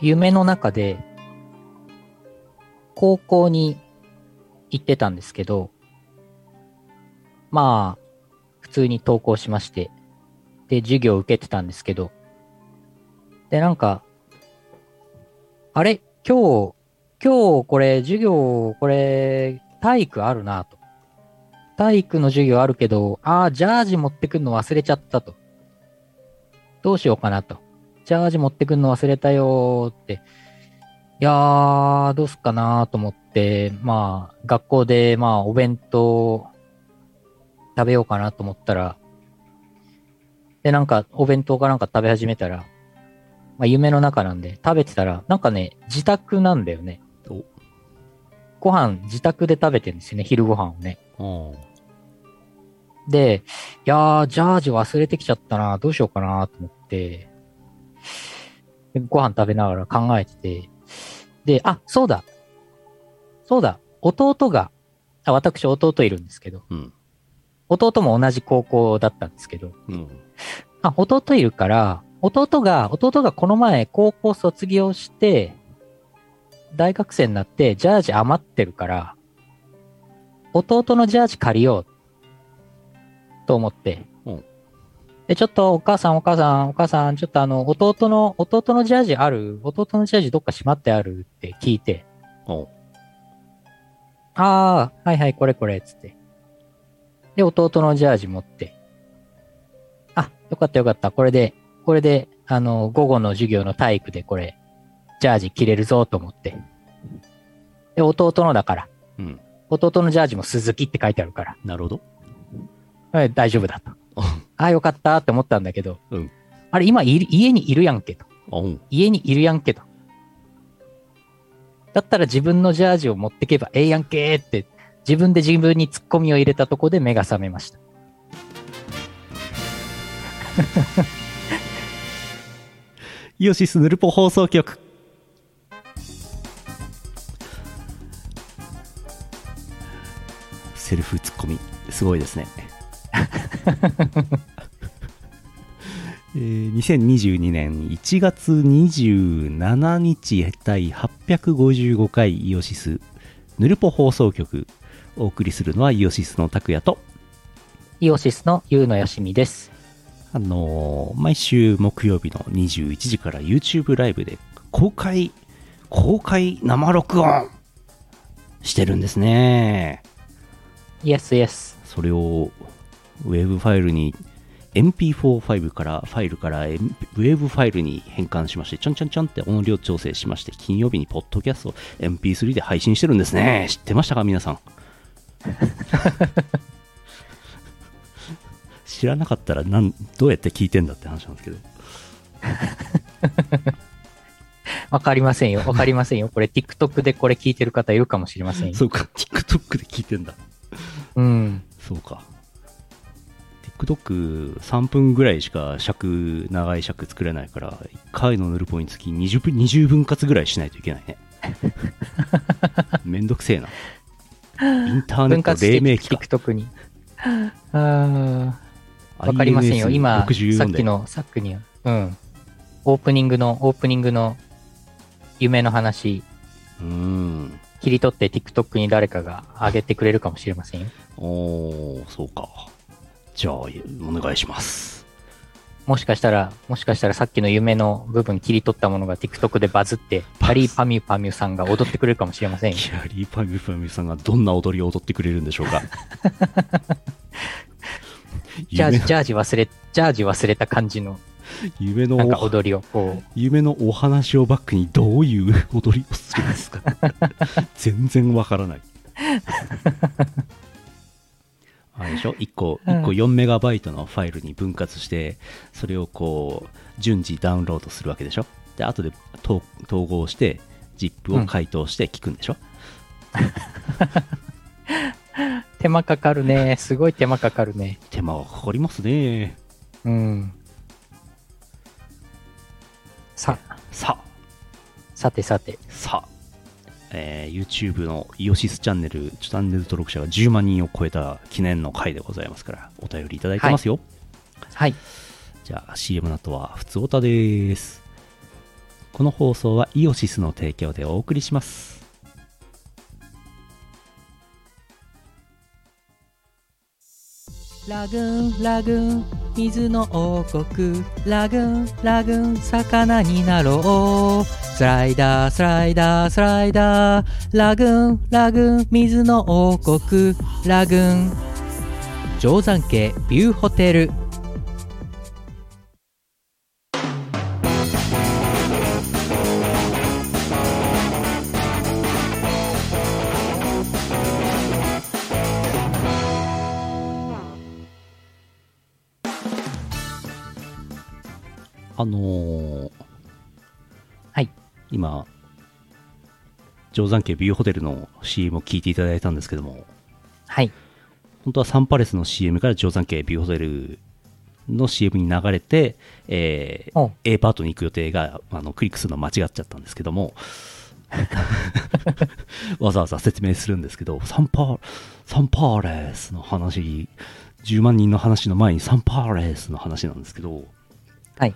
夢の中で、高校に行ってたんですけど、まあ、普通に登校しまして、で、授業を受けてたんですけど、で、なんか、あれ今日、今日これ授業、これ体育あるなと。体育の授業あるけど、ああ、ジャージ持ってくるの忘れちゃったと。どうしようかなと。ジャージ持ってくるの忘れたよーって。いやー、どうすっかなーと思って、まあ、学校で、まあ、お弁当食べようかなと思ったら、で、なんか、お弁当かなんか食べ始めたら、まあ、夢の中なんで、食べてたら、なんかね、自宅なんだよね。おご飯、自宅で食べてるんですよね、昼ご飯をね。うん。で、いやー、ジャージ忘れてきちゃったな、どうしようかなと思って、でご飯食べながら考えてて、で、あ、そうだ、そうだ、弟が、あ私、弟いるんですけど、うん。弟も同じ高校だったんですけど、うん。あ、弟いるから、弟が、弟がこの前高校卒業して、大学生になってジャージ余ってるから、弟のジャージ借りよう、と思って。うんで、ちょっとお母さんお母さんお母さん、ちょっとあの、弟の、弟のジャージある弟のジャージどっかしまってあるって聞いて、おああ、はいはい、これこれ、つって。で、弟のジャージ持って。あ、よかったよかった。これで、これで、あの、午後の授業の体育でこれ、ジャージ着れるぞと思って。で、弟のだから。うん。弟のジャージも鈴木って書いてあるからなるほど。はい、大丈夫だと。あ、あ、よかったって思ったんだけど、うんあれ、今いる家にいるやんけと。うん。家にいるやんけと。だったら自分のジャージを持ってけばええやんけーって、自分で自分にツッコミを入れたとこで目が覚めました。イオシスヌルポ放送局。セルフツッコミ、すごいですね。 えー2022年1月27日第855回イオシスヌルポ放送局お送りするのはイオシスの拓也とイオシスのゆうのよしみです。あのー毎週木曜日の21時から YouTube ライブで公開、公開生録音してるんですね。イエスイエス。それをウェブファイルに MP4 ファイルから、ファイルから、M- ウェブファイルに変換しまして、ちょんちょんちょんって音量調整しまして、金曜日にポッドキャストを MP3 で配信してるんですね。知ってましたか皆さん。知らなかったらなん、どうやって聞いてんだって話なんですけど。わかりませんよ。わかりませんよ。これ TikTok でこれ聞いてる方いるかもしれませんよ。そうか、TikTok で聞いてんだ。うん。そうか。TikTok3 分ぐらいしか尺、長い尺作れないから、1回のヌルポにつき20分 ,20 分割ぐらいしないといけない ね。めんどくせえな。インターネ分ット割し黎て明期か。 TikTok に。あーわかりませんよ。今、さっき。の、さっきに、うん。オープニングの、オープニングの夢の話、うん。切り取って TikTok に誰かが上げてくれるかもしれませんよ。おー、そうか。じゃあ、お願いします。もしかしたら、もしかしたらさっきの夢の部分切り取ったものが TikTok でバズって、パリーパミュパミュさんが踊ってくれるかもしれません よ。キャリーパミュパミュさんがどんな踊りを踊ってくれるんでし ょうか。ジャー夢ジ、のジャージ忘れ、ジャージ忘れた感じの、夢のなんか踊りをこ夢のお話をバックにどういう踊りをするん ですか全然わからない。あれでしょ1個うん1個4メガバイトのファイルに分割してそれをこう順次ダウンロードするわけでしょで後で統統合して ZIP を解凍して聞くんでしょ、う、手間かかるね。すごい手間かかるね。手間はかかりますねうん。さ、さあさてさて。さあ、えー YouTube のイオシスチャンネルチャンネル登録者が10万人を超えた記念の回でございますからお便りいただいてますよ、はい。じゃあ CM の後は普通オタです。この放送はイオシスの提供でお送りします。ラグーン、ラグーン、水の王国。ラグーン、ラグーン、魚になろう。スライダー、スライダー、スライダー。ラグーン、ラグーン、水の王国。ラグーン。定山家ビューホテル。あのーはい。今、定山家ビューホテルの CM を聞いていただいたんですけども、はい。本当はサンパレスの CM から定山家ビューホテルの CM に流れて、えーお A パートに行く予定があのクリックするの間違っちゃったんですけどもわざわざ説明するんですけどサンパサンパレスの話10万人の話の前にサンパレスの話なんですけどはい。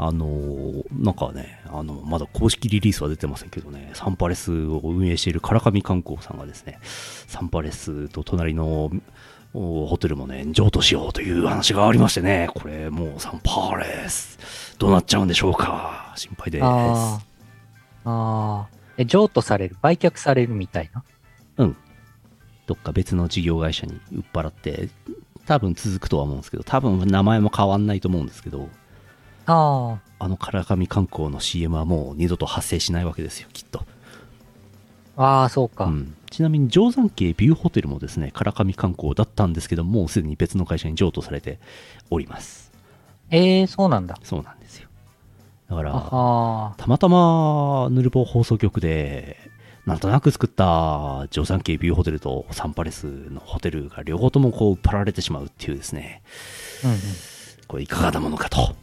あのーなんかねあのまだ公式リリースは出てませんけどねサンパレスを運営している唐上観光さんがですねサンパレスと隣のおホテルもね譲渡しようという話がありましてねこれもうサンパレスどうなっちゃうんでしょうか心配ですああ。ああ。え、譲渡される、売却されるみたいな。どっか別の事業会社に売っ払って多分続くとは思うんですけど多分名前も変わんないと思うんですけどああの唐上観光の CM はもう二度と発生しないわけですよきっとあ。ああ、そうか。うん、ちなみに定山渓ビューホテルもですね唐上観光だったんですけどもうすでに別の会社に譲渡されておりますええそうなんだ。そうなんですよだかあらあたまたまヌルボ放送局でなんとなく作った定山渓ビューホテルとサンパレスのホテルが両方ともこう売っ払われてしまうっていうですねー。うんうん。これいかがなもの かと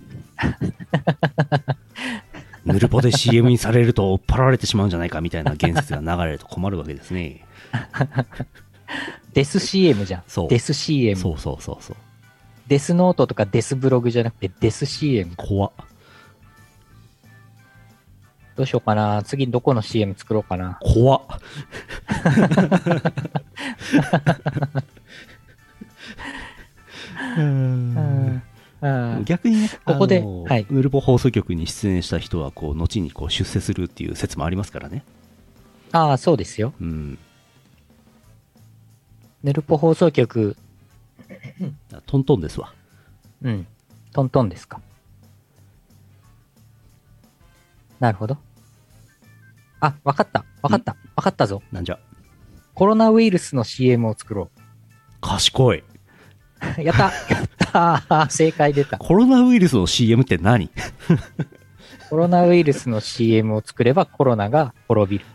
ヌルポで CM にされると売っ払われてしまうんじゃないかみたいな言説が流れると困るわけですねデス CM じゃん。そうデス CM。そうそうそうそうデスノートとかデスブログじゃなくてデス CM。怖っどうしようかな。次どこの CM 作ろうかな。怖っうん。うん。逆にね、ここであのはいヌルボ放送局に出演した人はこう後にこう出世するっていう説もありますからね、ああ、そうですよ。うん、ネルポ放送局、トントンですわうん。トントンですか。なるほど。あ、わかった。わかった。わかったぞ。なんじゃコロナウイルスの CM を作ろ。賢いう やったやったー 正解出た。コロナウイルスの CM って何コロナウイルスの CM を作ればコロナが滅びる。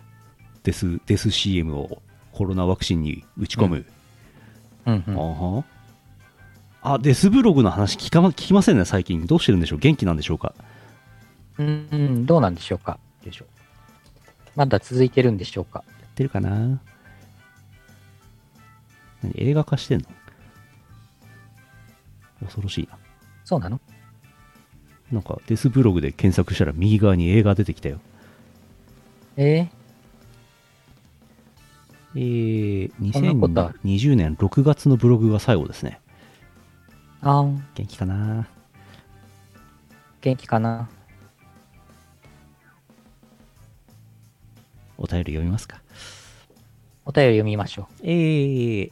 デスデス CM をコロナワクチンに打ち込む、うんうあん。はあデスブログの話聞かま聞きませんね最近どうしてるんでしょう元気なんでしょうかうんうん、どうなんでしょうか。でしょまだ続いてるんでしょうか。やってるかな何映画化してんの恐ろしいな。そうなのなんかデスブログで検索したら右側に映画出てきたよ。ええー、そんなことあ2020年6月のブログが最後ですね。ー、あー元気かな元気かなお便り読みますか。お便り読みましょう。えー、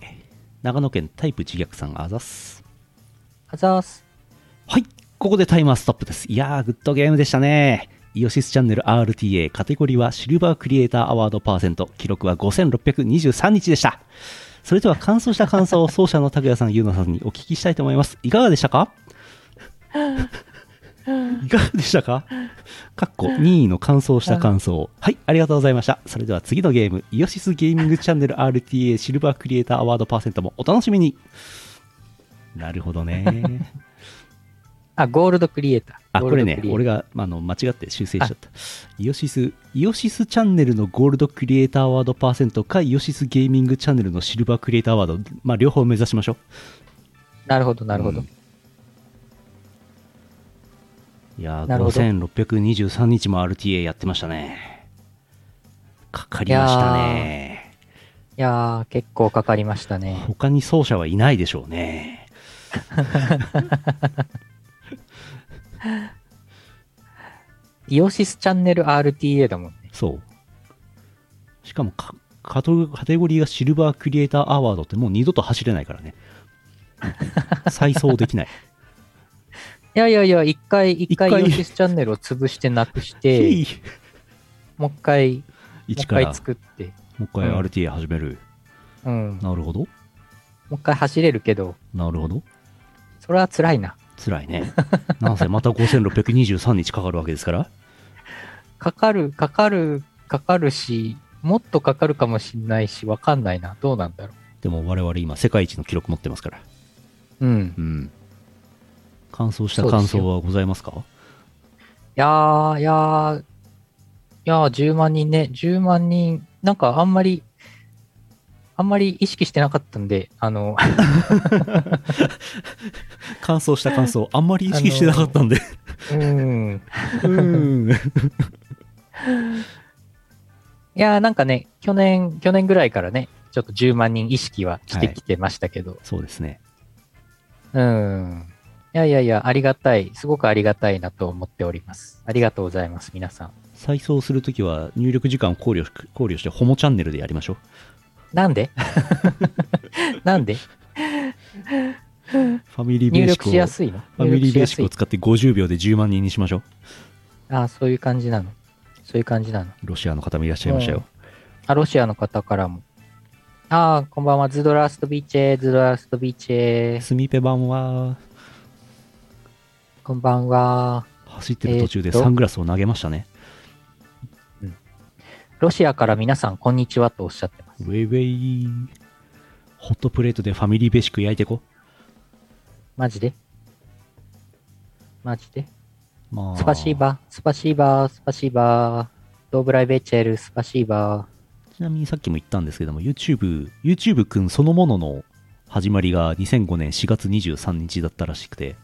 長野県タイプ自虐さんあざっす。あざーす。はい、ここでタイマーストップです。いやー、グッドゲームでしたね。イオシスチャンネル RTA カテゴリーはシルバークリエイターアワードパーセント記録は5623日でした。それでは感想した感想を奏者の拓也さん、ゆうなさんにお聞きしたいと思います。いかがでしたかいかがでしたかかっこ任意の感想した感想。はい、ありがとうございました。それでは次のゲーム、イオシスゲーミングチャンネル RTA シルバークリエイターアワードパーセントもお楽しみに。なるほどね。あ、ゴールドクリエイター。あ、ゴこールれドねク、リエイター俺があの間違って修正しちゃった。イオシス、イオシスチャンネルのゴールドクリエイターアワードパーセントか、イオシスゲーミングチャンネルのシルバークリエイターアワード、まあ、両方目指しましょう。なるほど、なるほど。うんいやなるほどー、5623日も RTA やってましたね。かかりましたね。いやー、結構かかりましたね。他に走者はいないでしょうね。イオシスチャンネル RTA だもんね。そう。しかもかカト、カテゴリーがシルバークリエイターアワードってもう二度と走れない からね。再走でき ない。いやいやいや、一回、一回一回イオシスチャンネルを潰してなくしひ て、いもう一回、もう一一から、回も作って、う一回うん RTA 始める。うん。もなるほど。う一回走れるけど、なるほど。それは辛いな。辛いね。 なんせまた5623日かかるわけですから。かかる、かかる、かかるし、もっとかかるかもしんないし、わかんないな。どうなんだろでも我々今世界一の記録持ってますから。う。うん。うん。感想したそうです感よ想はございますかいやー、いやー、いやー、10万人ね、10万人、なんかあんまり、あんまり意識してなかったんで、あの、感想した感想、あんまり意識してなかったんで。うーん。 い うん。やー、なんかね、去年、去年ぐらいからね、ちょっと10万人意識はしてきてましたけど、そうですね。うーん。いやいやいや、ありがたい、すごくありがたいなと思っております。ありがとうございます、皆さん。再送するときは入力時間を考慮し考慮してホモチャンネルでやりましょう。なんで なんでファミリーベ入ーシック力をしやすいのファミリーベーシックをい。使って50秒で10万人にしましょう。ああ、そういう感じなの。そういう感じなの。ロシアの方もいらっしゃいましたよ。あ、ロシアの方からも。ああ、こんばんは。ズドラストビーチェズドラストビーチェスミペ版はこんばんは。走ってる途中えでーっとサングラスを投げましたね。ロシアから皆さん、こんにちはとおっしゃってます。ウェイウェイ。ホットプレートでファミリーベーシック焼いてこ。マジでマジでまあ、スパシーバー、スパシーバー、スパシーバー。ドーブライベチェル、スパシーバちなみにさっきも言ったんですけども、YouTube、YouTube くんそのものの始まりが2005年4月23日だったらしくて、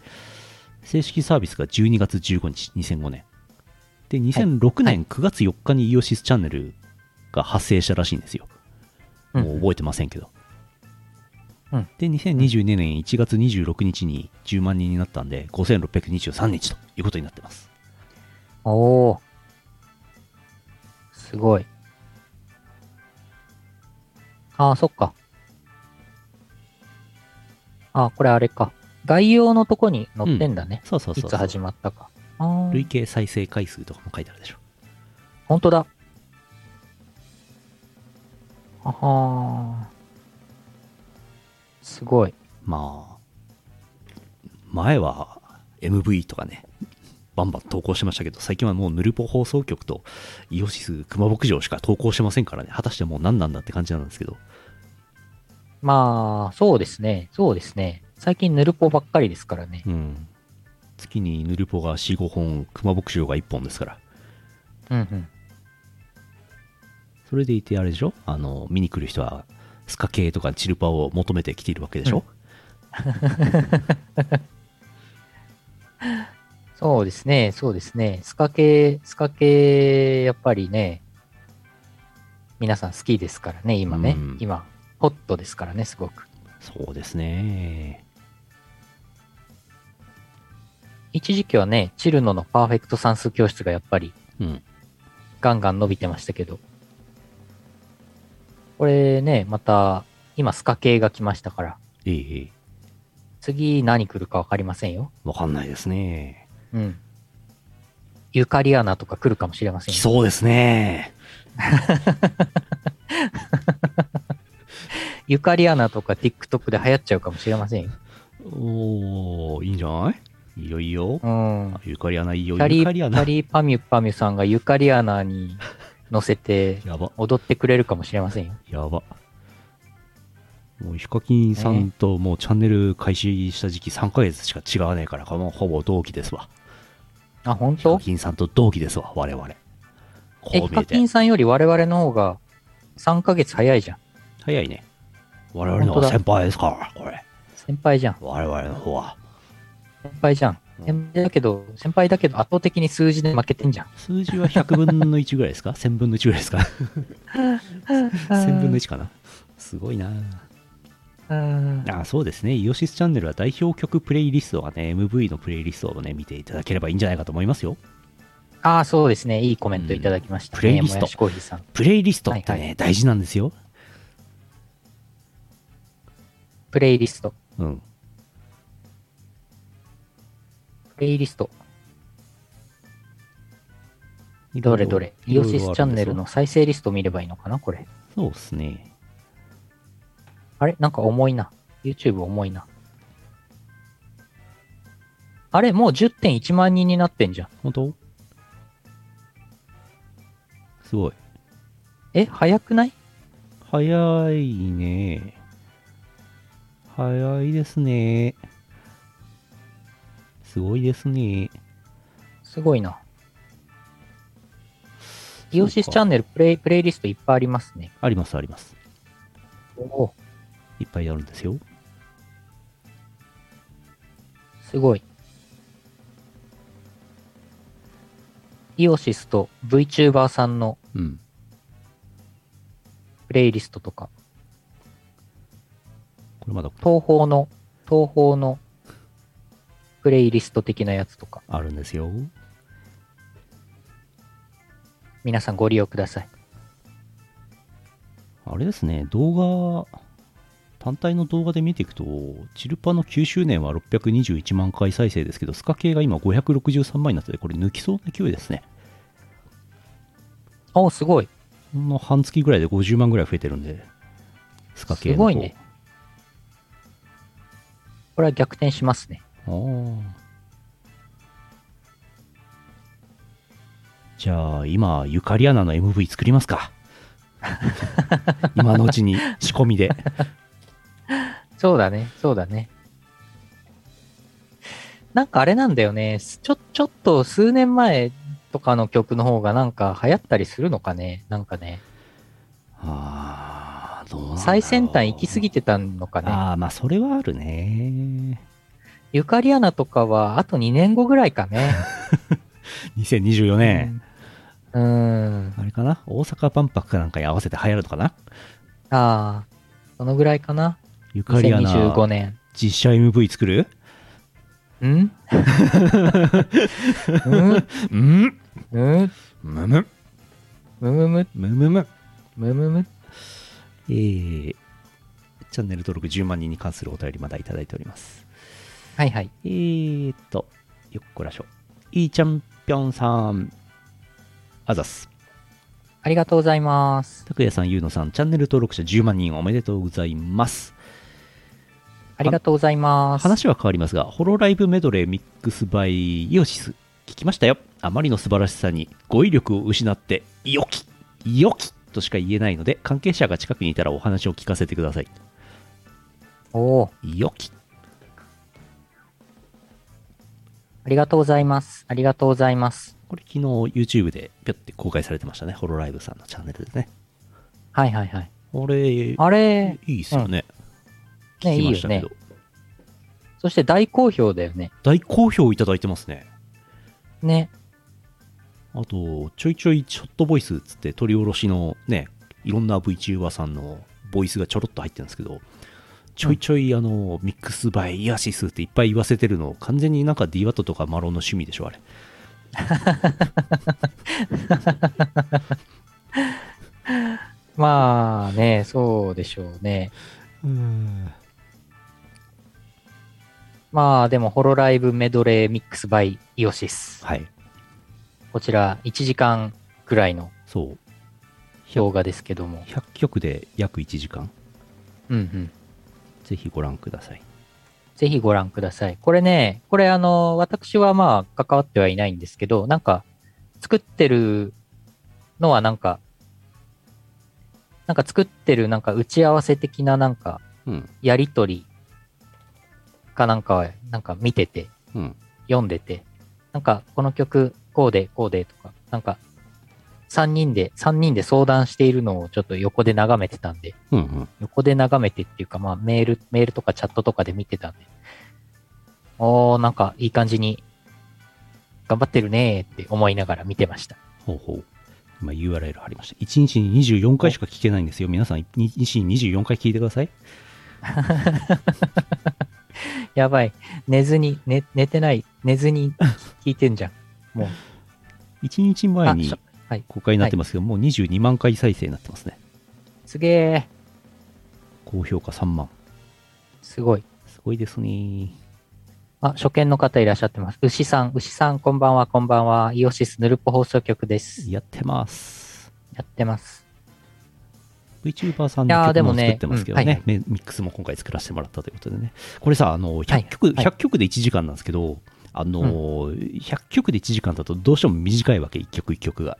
正式サービスが12月15日、2005年。で、2006年9月4日にイオシスチャンネルが発生したらしいんですよ。うんもう覚えてませんけど。うんで、2022年1月26日に10万人になったんで、5623日ということになってます。ー。おお。すごい。ああ、そっか。ああ、これあれか。概要のとこに載ってんだね。そうそういそうつそう。始まったか。あー累計再生回数とかも書いてあるでしょ。本当だ。あはーすごい。まあ、前は MV とかね、バンバン投稿してましたけど、最近はもうヌルポ放送局とイオシス熊牧場しか投稿してませんからね、果たしてもう何なんだって感じなんですけど、まあ、そうですね。そうですね。最近ヌルポばっかりですからね。うん。月にヌルポが4、5本、熊牧場が1本ですから、うんうん。それでいてあれでしょあの、見に来る人は、スカ系とかチルパを求めてきているわけでしょ、そうですね。そうですね。スカ系、スカ系、やっぱりね、皆さん好きですからね、今ね。うん今、ホットですからね、すごく。そうですね。一時期はね、チルノのパーフェクト算数教室がやっぱりうん。ガンガン伸びてましたけど。これね、また、今、スカ系が来ましたから、ええええ、次何来るかわかりませんよ。わかんないですね。うん。ユカリアナとか来るかもしれません来よ。そうですね。ユカリアナとか TikTok で流行っちゃうかもしれませんよ。おー、いいんじゃないいいよいいよ。うんあ。ゆかりアナいいよ。キャリゆかりアー、キャナ。リーパミュパミュさんがユカリアナに乗せてやば、踊ってくれるかもしれませんよ。やば。もうヒカキンさんともうチャンネル開始した時期3ヶ月しか違わねえから、もうほぼ同期ですわ。あ、本ヒカ当キンさんと同期ですわ、我々。え、こヒう見カえキンて。さんより我々の方が3ヶ月早いじゃん。早いね。我々の本当方がだ先輩ですから、これ。先輩じゃん。我々の方は。先輩じゃん。先輩だけど、先輩だけど圧倒的に数字で負けてんじゃん。数字は100分の1ぐらいですか ?1000 分の1ぐらいですか ?1000 分の1かなすごいなうんあそうですね。イオシスチャンネルは代表曲プレイリストはね、MV のプレイリストをね、見ていただければいいんじゃないかと思いますよ。ああ、そうですね。いいコメントいただきました、ねうんプレイリストもやしコーヒーさん。プレイリストってね、はいは大事なんですよ。プレイリスト。うん。プレイリスト。どれどれ。イオシスチャンネルの。再生リスト見ればいいのかなこれ。そうですね。あれなんか重いな。YouTube 重いな。あれもう10.1万人になってんじゃん。本当すごい。え早くない早いね。早いですね。すごいですね。すごいな。イオシスチャンネルプレイ、プレイリストいっぱいありますね。ありますあります。おおいっぱいあるんですよ。すごい。イオシスと VTuber さんのうん。プレイリストとか、これまだ東宝の、東宝のプレイリスト的なやつとか、あるんですよ。皆さんご利用ください。あれですね、動画、単体の動画で見ていくと、チルパの9周年は621万回再生ですけど、スカ系が今563万になってて、これ抜きそうな勢いですね。おお、すごい。ほんの半月ぐらいで50万ぐらい増えてるんで、スカ系のす方ごいね。これは逆転しますね。あーじゃあ、今、ゆかりアナの MV 作りま すか。今のうちに仕込みで。そうだね、そうだね。なんかあれなんだよね。すちょ、ちょっと数年前とかの曲の方がなんか流行ったりするのかね。なんかね、あーどうなんだろう最先端行き過ぎてたのかね。ああ、まあ、それはあるね。ゆかりアナとかはあと2年後ぐらいかね。 2024年、うーん。あれかな大阪万博かなんかに合わせて流行るのかなああ、そのぐらいかな。ゆかりアナ2025、年。実写 MV 作るんんうんうんむむむむむむむむむむむえー、チャンネル登録10万人に関するお便りまだいただいております。はいはい。えーっと、よっこらしょ。いいちゃんぴょんさん。あざっす。ありがとうございます。拓也さん、ゆうのさん、チャンネル登録者10万人おめでとうございます。ありがとうございます。話は変わりますが、ホロライブメドレーミックスバイイオシス、聞きましたよ。あまりの素晴らしさに語彙力を失って、よき、よきとしか言えないので、関係者が近くにいたらお話を聞かせてください。おお。よき。ありがとうございます。ありがとうございます。これ昨日 YouTube でぴょって公開されてましたね。ホロライブさんのチャンネルですね。はいはいはい。あれ、いあれ、いっすよね。うんね聞きましたけいいどよ。そして大好評だよね。大好評いただいてますね。ね。あと、ちょいちょいショットボイスっつって、取り下ろしのね、いろんな VTuber さんのボイスがちょろっと入ってるんですけど、ちょいちょいあの、ミックスバイ、イアシスっていっぱい言わせてるの、完全になんか DWAT とかマロンの趣味でしょ、あれ。まあね、そうでしょうね。うん。まあでも、ホロライブメドレーミックスバイイオシス。はい。こちら、1時間くらいのそう。動画ですけども。 100曲で約1時間。うんうん。ぜひご覧ください。ぜひご覧ください。これね、これあの、私はまあ、関わってはいないんですけど、なんか、作ってるのはなんか、なんか作ってるなんか打ち合わせ的ななんか、うん。やりとりかなんかは、なんか見てて、うん。読んでて、なんかこの曲、こうで、こうでとか、なんか、3人で、三人で相談しているのをちょっと横で眺めてたんで、うんうん。横で眺めてっていうか、まあメール、メールとかチャットとかで見てたんで、おー、なんかいい感じに、頑張ってるねーって思いながら見てました。ほうほう。今 URL 貼りました。1日に24回しか聞けないんですよ。皆さん、1日に24回聞いてください。やばい。寝ずに、寝、寝てない。寝ずに聞いてんじゃん。 もう。 1日前あにしょはい公開になってますけど、もう22万回再生になってますね。すげえ。高評価3万。すごい。すごいですね。あ、初見の方いらっしゃってます。牛さん、牛さん、こんばんは、こんばんは。イオシスヌルポ放送局です。やってます。やってます。 VTuber さんいやーので曲ももね作ってますけどねうんはいはいメミックスも今回作らせてもらったということでね。これさ、あのはい100曲、はい100曲で1時間なんですけど、あのー100曲で1時間だとどうしても短いわけ、1曲1曲が。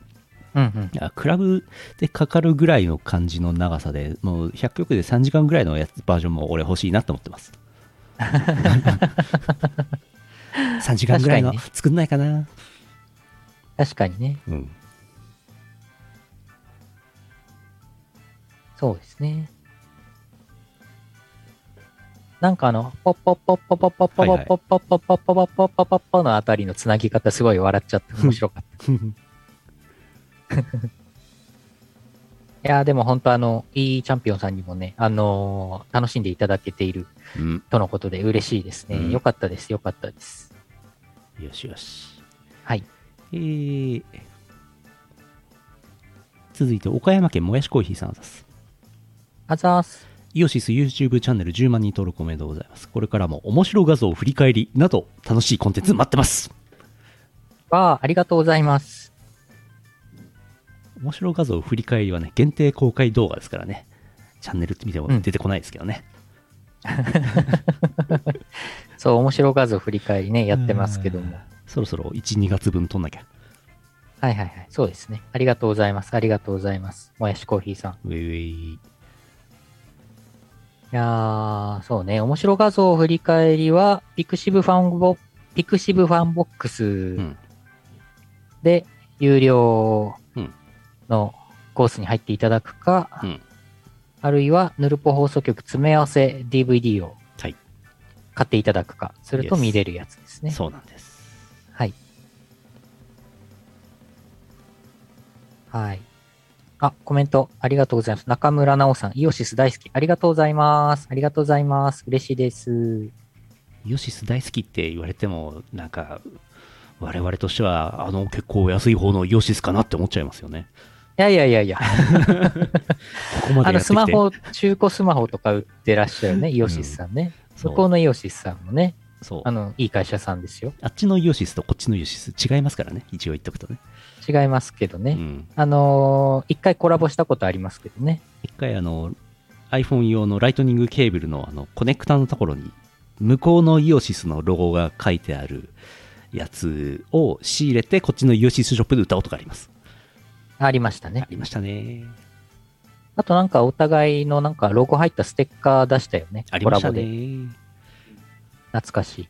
うんうん。あクラブでかかるぐらいの感じの長さで、もう100曲で3時間ぐらいのやつバージョンも俺欲しいなと思って ます。3時間ぐらいの確作んないかな。確かにね。うん。そうですね。なんかあの、ポッポッポッポッポッポッポッポッポッポッポッポッポッポッポッポッポッポのあたりのつなぎ方すごい笑っちゃって面白かった。いやーでも本当あの、いいチャンピオンさんにもね、あのー楽しんでいただけているうんとのことで嬉しいですね。うんよかったです、よかったです。よしよし。はい。えー続いて岡山県もやしコーヒーさんです。あざーす。イオシス YouTube チャンネル10万人登録おめでとうございます。これからも面白画像振り返りなど楽しいコンテンツ待ってます。わー、ありがとうございます。面白画像振り返りはね、限定公開動画ですからね。チャンネルって見てもうん出てこないですけどね。そう、面白画像振り返りね、やってますけどもうん。。そろそろ1、2月分撮んなきゃ。はいはいはい。そうですね。ありがとうございます。ありがとうございます。もやしコーヒーさん。いウェイウェイ。やー、そうね。面白画像振り返りは、ピクシブファンボ、ピクシブファンボックスうん。で、有料うんのコースに入っていただくか、うんあるいは、ヌルポ放送局詰め合わせ DVD をはい買っていただくか、すると Yes 見れるやつですね。そうなんです。はい。はい。あ、コメントありがとうございます。中村直さん、イオシス大好き。ありがとうございます。ありがとうございます。嬉しいです。イオシス大好きって言われても、なんか、我々としては、あの、結構安い方のイオシスかなって思っちゃいますよね。いやいやいや いや、ここまあのでやってきスてマホ、中古スマホとか売ってらっしゃるね、イオシスさんね。そう向こうのイオシスさんもね、そうああの、いい会社さんですよ。っちのイオシスとこっちのイオシス違いますからね、一応言っとくとね。違いますけどね。うんあのー一回コラボしたことありますけどね。一回あの iPhone 用のライトニングケーブルのあのコネクタのところに向こうのイオシスのロゴが書いてあるやつを仕入れてこっちのイオシスショップで歌おうとかありますありましたねあ。りましたねあとなんかお互いのなんかロゴ入ったステッカー出したよね。ありコまラしたボねで。い懐かしい。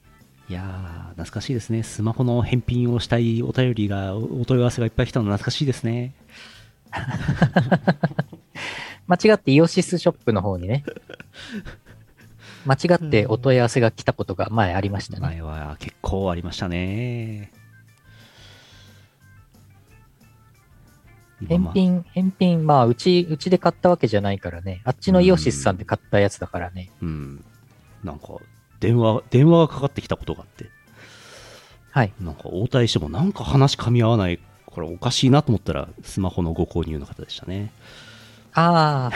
やー懐かしいですねスマホの返品をしたいお便りがお問い合わせがいっぱい来たの懐かしいですね間違ってイオシスショップの方にね。 間違ってお問い合わせが来たことが前ありましたね。前は結構ありましたね今返まあ品、返品、まあ、うち、うちで買ったわけじゃないからね。あっちのイオシスさんで買ったやつだからね。うん、なんか電話電話がかかってきたことがあってはい。なんか応対してもなんか話噛み合わないこれおかしいなと思ったらスマホのご購入の方でしたねあ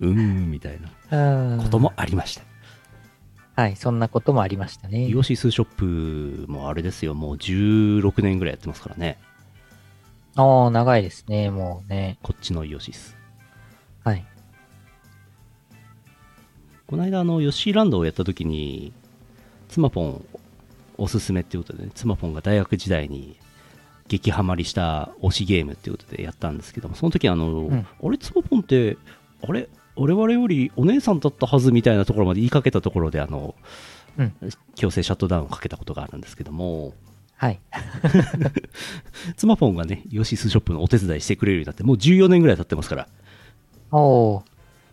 うーんみたいなあ、うん こともありました、はい、そんなこともありましたねイ。オシスショップもあれですよもう16年ぐらいやってますからねああ、長いですね、もうね。こっちのイオシスはい。この間あのヨッシーランドをやった時に妻ポンおすすめっていうことで、ね、妻ポンが大学時代に激ハマりした推しゲームっていうことでやったんですけどもその時あの、んあれ妻ポンってあれ我々よりお姉さんだったはずみたいなところまで言いかけたところであの、うん強制シャットダウンをかけたことがあるんですけどもはい。妻ポンがねヨシスショップのお手伝いしてくれるようになってもう14年ぐらい経ってますからおお、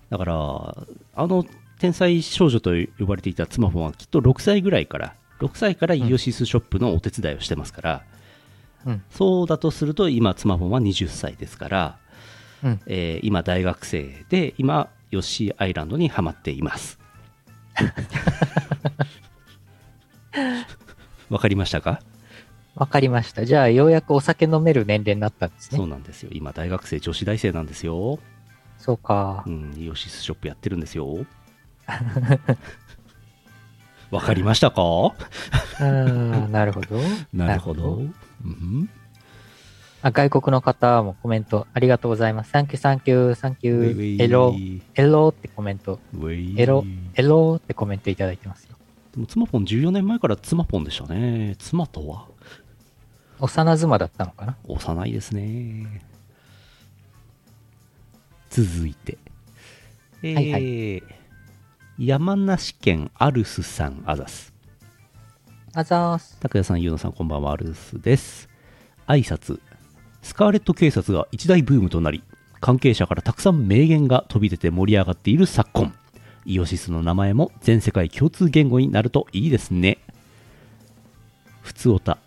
だからあの天才少女と呼ばれていた妻本はきっと6歳ぐらいから6歳からイオシスショップのお手伝いをしてますから、うんそうだとすると今妻本は20歳ですから、うんえー今大学生で今ヨッシーアイランドにハマっていますわかりましたかわかりました。じゃあ、ようやくお酒飲める年齢になったんですね。そそううなんですよ今大学生女子大生なんですよ、かう。ん、イオシスショップやってるんですよわかりましたかうー ん、なるほど。なるほど。うんあ外国の方もコメントありがとうございます。サンキュー、サンキュー、サンキふんュー。エロ、エロってコメント、ウェイエロでエロってコメントいただいてますよ。も、妻ポン14年前から妻ポンでしたね。妻とは幼妻だったのかな幼いですね。続いて。えーはいは山梨県アルスさん、あざす。あざーす。拓也さん、ゆうのさん、こんばんは、アルスです。挨拶。スカーレット警察が一大ブームとなり、関係者からたくさん名言が飛び出て盛り上がっている昨今。イオシスの名前も全世界共通言語になるといいですね。ふつおた。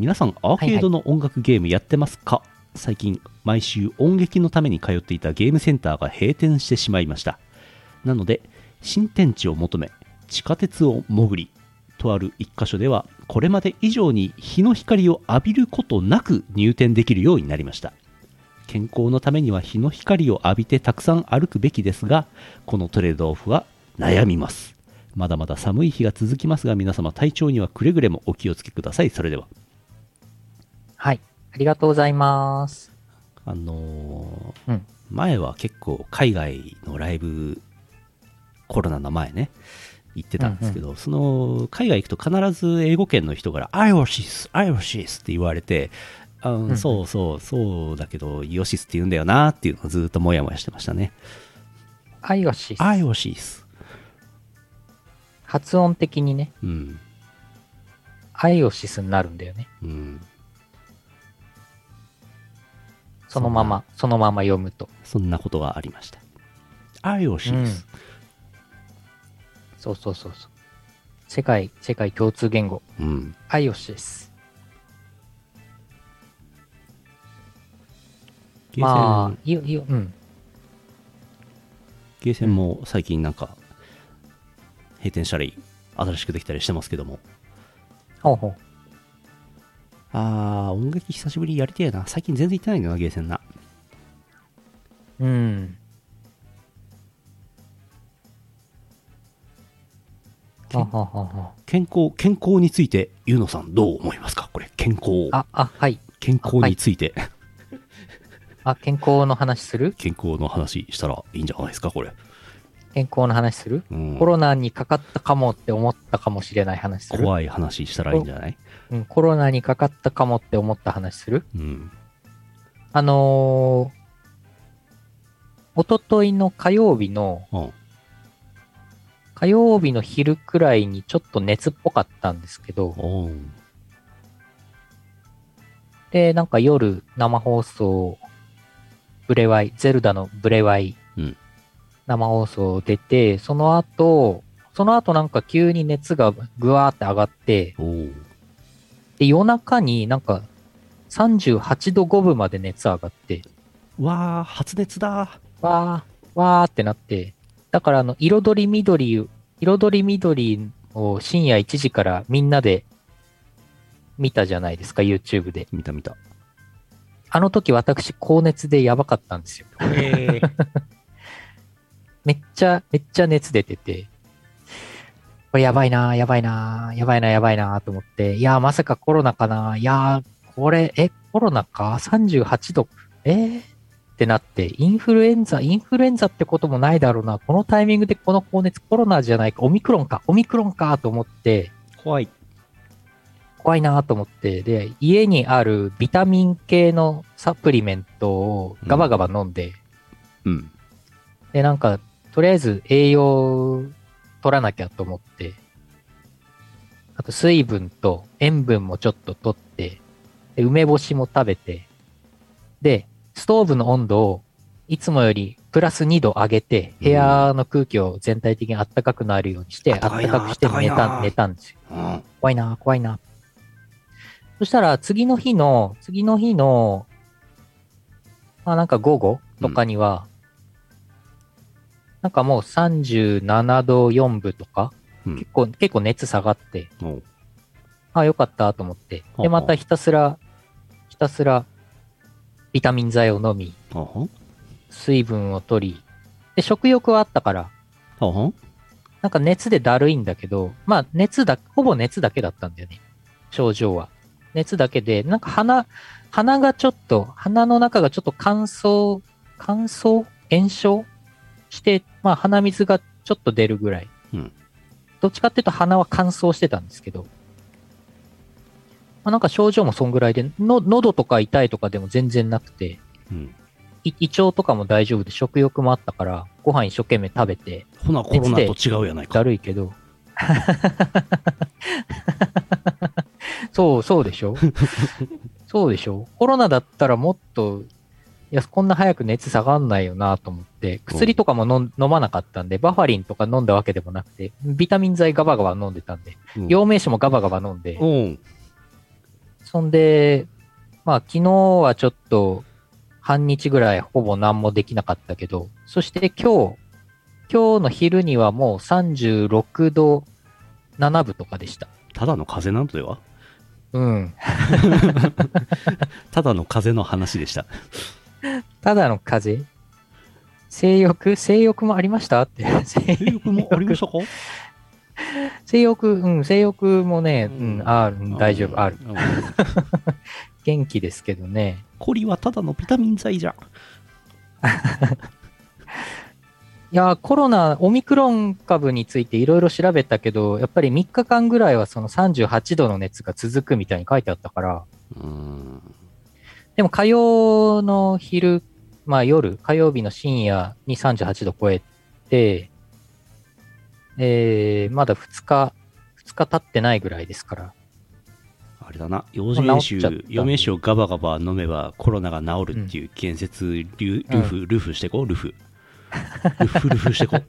皆さん、アーケードの音楽ゲームやってますか、最近、毎週音劇のために通っていたゲームセンターが閉店してしまいました。なので、新天地を求め、地下鉄を潜り、とある一箇所では、これまで以上に日の光を浴びることなく入店できるようになりました。健康のためには日の光を浴びてたくさん歩くべきですが、このトレードオフは悩みます。まだまだ寒い日が続きますが、皆様体調にはくれぐれもお気をつけください。それでは。はい。ありがとうございます。あのーうん前は結構海外のライブコロナの前ね行ってたんですけど、その海外行くと必ず英語圏の人から「アイオシスアイオシス」って言われて「あうんそうそうそうだけどイオシスって言うんだよな」っていうのをずっともやもやしてましたねアイオシ「アイオシス発音的にね、」うんアイオシスになるんだよね。うんそのまま、そのまま読むと。そんなことがありました「アイオシスそうそうそうそう。世界、世界共通言語。」うんアイオシス。ゲーセンまあ、いいよ、いいよ、うん。ゲーセンも最近なんか閉店したり新しくできたりしてますけどもほうほう。あー音楽久しぶりにやりてえな最近全然行ってないんだよなゲーセンなうん。けはははは健康健康についてゆうのさんどう思いますかこれ健康あ、あ、はい。健康について、あ、健康の話する健康の話したらいいんじゃないですかこれ、健康の話するうんコロナにかかったかもって思ったかもしれない話する、怖い話したらいいんじゃない、うん、コロナにかかったかもって思った話するうん、あのー、おとといの火曜日の、うん火曜日の昼くらいにちょっと熱っぽかったんですけど、おーで、なんか夜生放送、ブレワイ、ゼルダのブレワイ、うん生放送出て、その後、その後なんか急に熱がぐわーって上がって、おーで、夜中になんか38度5分まで熱上がって、わあ発熱だわー、わーってなって、だからあの、彩り緑、彩り緑を深夜1時からみんなで見たじゃないですか、YouTube で。見た見たあの時私、高熱でやばかったんですよ。えーめっちゃ、めっちゃ熱出てて、これやばいな、やばいな、やばいな、やばいなと思って、いやー、まさかコロナかな、いやー、これ、え、コロナか ?38 度、えー、ってなって、インフルエンザ、インフルエンザってこともないだろうな、このタイミングでこの高熱コロナじゃないか、オミクロンか、オミクロンかと思って、怖い怖いなと思って、で、家にあるビタミン系のサプリメントをガバガバ飲んで、うんで、なんか、とりあえず栄養取らなきゃと思って、あと水分と塩分もちょっと取って、で梅干しも食べて、で、ストーブの温度をいつもよりプラス2度上げて、部屋の空気を全体的に暖かくなるようにして、うん暖かくして暖かい寝なた、寝たんですよ。うん。怖いな、怖いな。そしたら、次の日の、次の日の、まあなんか午後とかには、なんかもう37度4分とか、うん結構、結構熱下がって、おうあ、よかったと思って。ほうほで、うまたひたすら、ひたすら、ビタミン剤を飲み、あはん水分を取り、で、食欲はあったから、あはんなんか熱でだるいんだけど、まあ熱だ、ほぼ熱だけだったんだよね。症状は。熱だけで、なんか鼻、鼻がちょっと、鼻の中がちょっと乾燥、乾燥炎症して、まあ鼻水がちょっと出るぐらい。うんどっちかっていうと鼻は乾燥してたんですけど、まあ、なんか症状もそんぐらいで、の、喉とか痛いとかでも全然なくて、うん。い胃腸とかも大丈夫で食欲もあったから、ご飯一生懸命食べて、ほな、コロナと違うやないか。だるいけど。そう、そうでし ょそうでしょコロナだったらもっと、いや、こんな早く熱下がんないよなと思って、薬とかも飲ん飲まなかったんで、バファリンとか飲んだわけでもなくて、ビタミン剤ガバガバ飲んでたんで、うん陽明酒もガバガバ飲んで、うん。そんで、まあ昨日はちょっと半日ぐらいほぼ何もできなかったけど、そして今日、今日の昼にはもう36度7分とかでした。ただの風邪なのではうん。ただの風邪の話でした。ただの風邪性欲性欲もありましたって。 性性欲もありましたか性欲、うん、性欲もね、うん、ある、うん 大丈夫、ある。。うん元気ですけどね。コリはただのビタミン剤じゃ。いやーコロナ、オミクロン株についていろいろ調べたけど、やっぱり3日間ぐらいはその38度の熱が続くみたいに書いてあったから、うん。でも火曜の昼、まあ夜、火曜日の深夜に38度超えて、えー、まだ2日、2日経ってないぐらいですから、あれだな、幼名治っちゃったん酒で、幼名酒をガバガバ飲めばコロナが治るっていう建設、ルルフ、ルフしてこう、ルフ。ルフルフしてこう。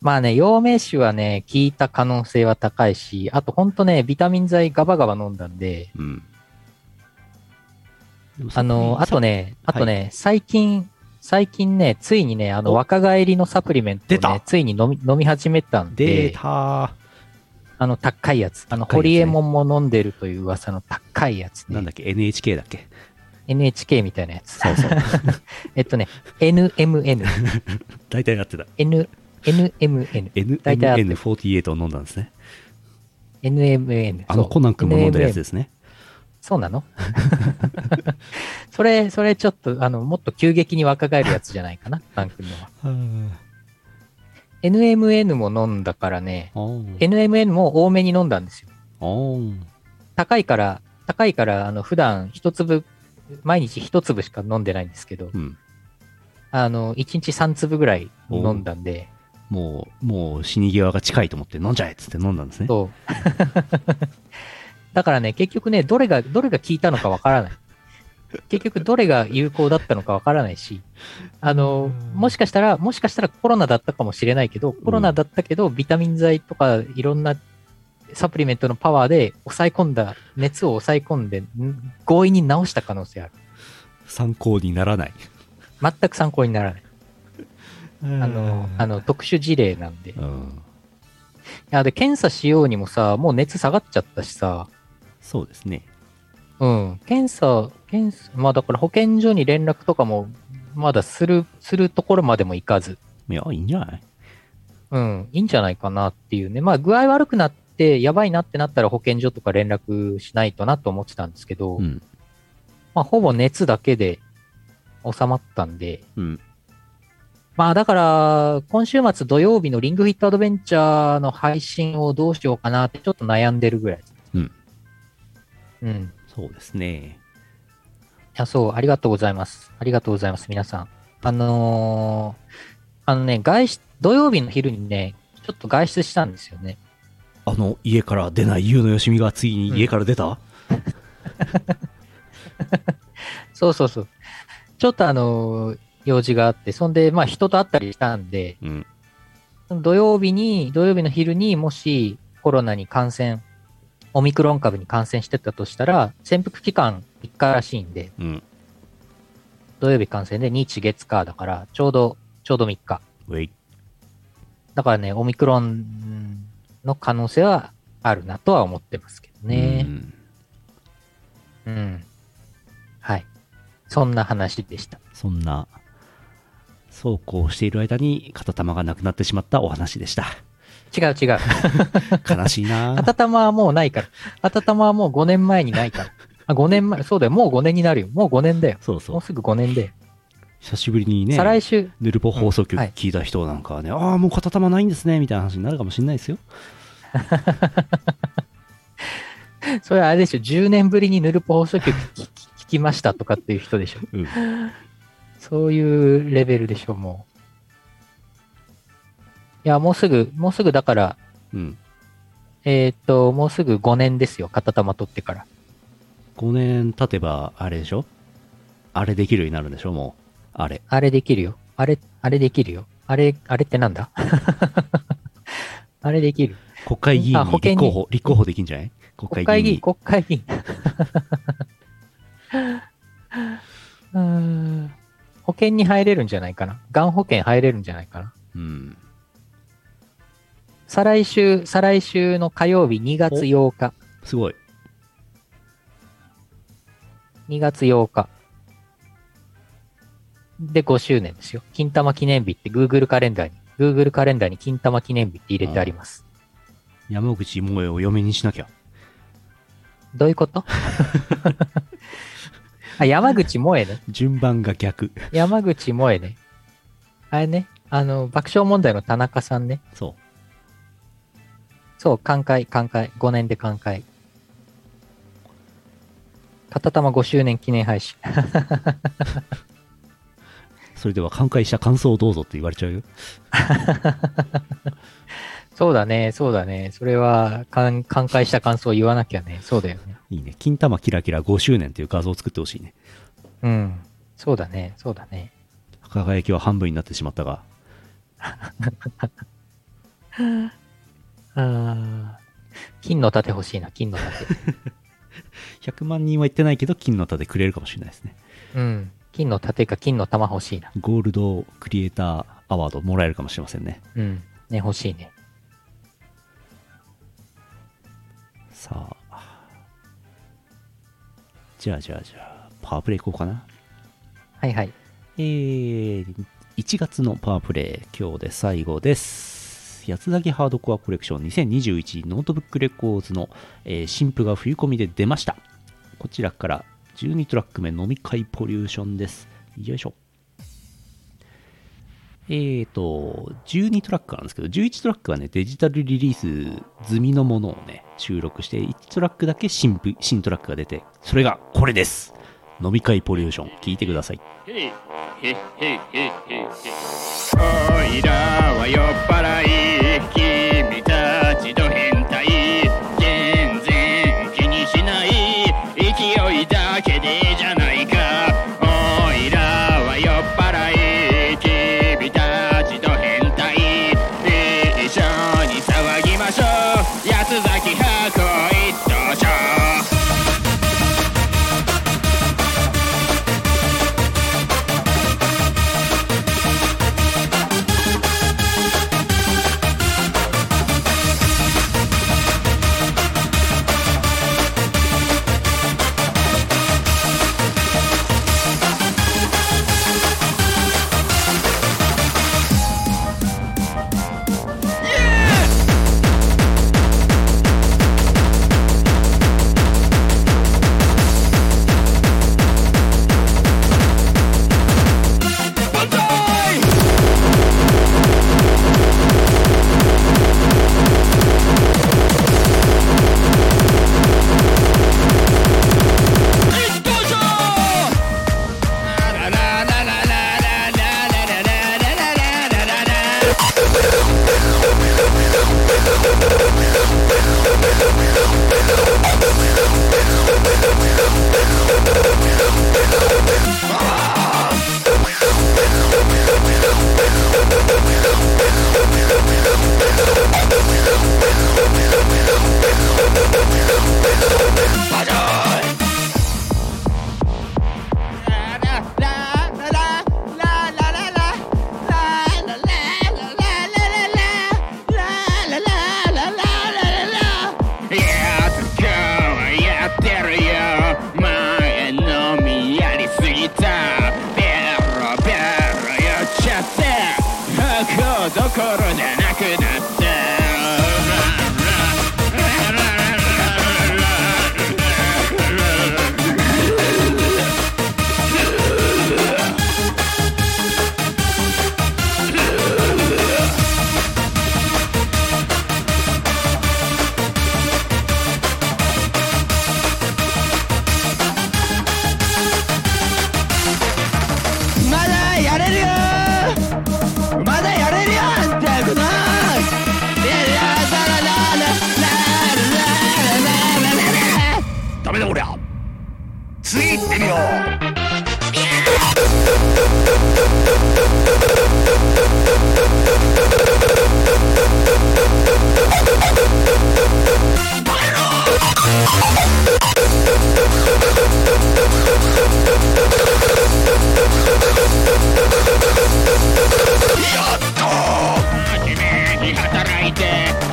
まあね、陽明酒はね、効いた可能性は高いし、あとほんとね、ビタミン剤ガバガバ飲んだんで、うん。あの、あとね、ね、あとね、最近、最近ね、ついにね、あの、若返りのサプリメント出をたね、ついに飲み、飲み始めたんデーで、タ、あの、高いやつ。あの、高いやつねホリエモンも飲んでるという噂の高いやつなんね。だっけ、NHK だっけ。 NHK みたいなやつ。そうそう。 えっとね、NMN。大体なってた。 N、NMN。大体合ってる NNN48 を飲んだんですね。 NMN。あのそうコナン君も飲んだやつですね。そうなの それ、それちょっと、あの、もっと急激に若返るやつじゃないかな、タン君のは。NMN も飲んだからね、あー NMN も多めに飲んだんですよ。あー。高いから、高いから、あの、普段一粒、毎日一粒しか飲んでないんですけど、うん。あの、一日三粒ぐらい飲んだんで、もう、もう死に際が近いと思って飲んじゃえっつって飲んだんですね。そう。 だからね、結局ね、どれが、どれが効いたのかわからない。結局、どれが有効だったのかわからないし、あの、もしかしたら、もしかしたらコロナだったかもしれないけど、コロナだったけど、ビタミン剤とかいろんなサプリメントのパワーで抑え込んだ、熱を抑え込んで、ん強引に治した可能性ある。参考にならない。全く参考にならない。ああの、あの、特殊事例なんで。いうん、や、で、検査しようにもさ、もう熱下がっちゃったしさ、そうですね。うん、検査、検査、まあだから保健所に連絡とかも、まだする、するところまでもいかず、いや、いいんじゃないうん、いいんじゃないかなっていうね。まあ具合悪くなって、やばいなってなったら保健所とか連絡しないとなと思ってたんですけど、うん。まあほぼ熱だけで収まったんで、うん。まあだから、今週末土曜日のリングフィットアドベンチャーの配信をどうしようかなってちょっと悩んでるぐらい。うん。うん。いそうですね。や、そう、ありがとうございます。ありがとうございます、皆さん。あのーあのね、外出、土曜日の昼にね、ちょっと外出したんですよね。あの、家から出ない優のよしみがついに家から出た、そうそうそう。ちょっとあのー用事があって、そんで、まあ人と会ったりしたんで、うん。土曜日に、土曜日の昼にもしコロナに感染、オミクロン株に感染してたとしたら、潜伏期間1回らしいんで、うん。土曜日感染で日月火だから、ちょうど、ちょうど3日。ウェイ。だからね、オミクロンの可能性はあるなとは思ってますけどねう。んうん。はい。そんな話でした。そんな、そうこうしている間に、片玉がなくなってしまったお話 でした。違う違う。悲しいなあたたまはもうないから。あたたまはもう5年前に ないから。あ、5年前、そうだよ。もう5年になるよ。もう5年だよ。そうそもうう。すぐ5年だよ。久しぶりにね、再来週、ヌルポ放送う局んはい聞いた人なんかはね、ああ、もう片玉ないんですね、みたいな話になるかもしれないですよ。それはあれでしょ、10年ぶりにヌルポ放送局聞き聞きましたとかっていう人でしょ。うん。そういうレベルでしょ、もう。いや、もうすぐ、もうすぐだから、うん。えーっと、もうすぐ5年ですよ、片玉取ってから。 5年経てば、あれでしょあれできるようになるんでしょもう。あれ。あれできるよ。あれ、あれできるよ。あれ、あれってなんだ あれできる。国会議員あ保に険に立候補、立候補できんじゃない国国会会議議員員、に。国会議員。うーん 保険に入れるんじゃないかな。がん保険入れるんじゃないかな。うん。再来週、再来週の火曜日2月8日。すごい。 2月8日。で、5周年ですよ。金玉記念日って Google カレンダーに、Google カレンダーに金玉記念日って入れてあります。山口萌えを嫁にしなきゃ。どういうことあ、山口萌えね。順番が逆。山口萌えね。あれね、あの、爆笑問題の田中さんね。そそう、寛解、寛解。5年で寛解。片玉5周年記念配信。う。それでは、寛解した感想をどうぞって言われちゃうよ。そうだね、そうだね。それは、寛寛解した感想を言わなきゃね。そうだよね。いいね。金玉キラキラ5周年っていう画像を作ってほしいね。うん。そうだね、そうだね。輝きは半分になってしまったが。あー金の盾欲しいな、金の盾。 100万人は言ってないけど、金の盾くれるかもしれないですね。うん。金の盾か金の玉欲しいな。ゴールドクリエイターアワードもらえるかもしれませんね。うん。ね、欲しいね。さあ。じゃあじゃあじゃあ、パワープレイ行こうかな。はいはい。えー、1月のパワープレイ、今日で最後です。八つ崎ハードコアコレクション2021ノートブックレコーズの、えー新譜が冬込みで出ました。こちらから12トラック目飲み会ポリューションです。よいしょ。えーと、12トラックなんですけど、11トラックはね、デジタルリリース済みのものをね、収録して、1トラックだけ新譜、新トラックが出て、それがこれです。飲み会ポリューション、聞いてください。へいへいへいへいへいおいらは酔っ払い君たちと変態全然気にしない勢いだけでじゃないかおいらは酔っ払い君たちと変態一緒に騒ぎましょう八つ崎箱一等賞「よ真面目に働いて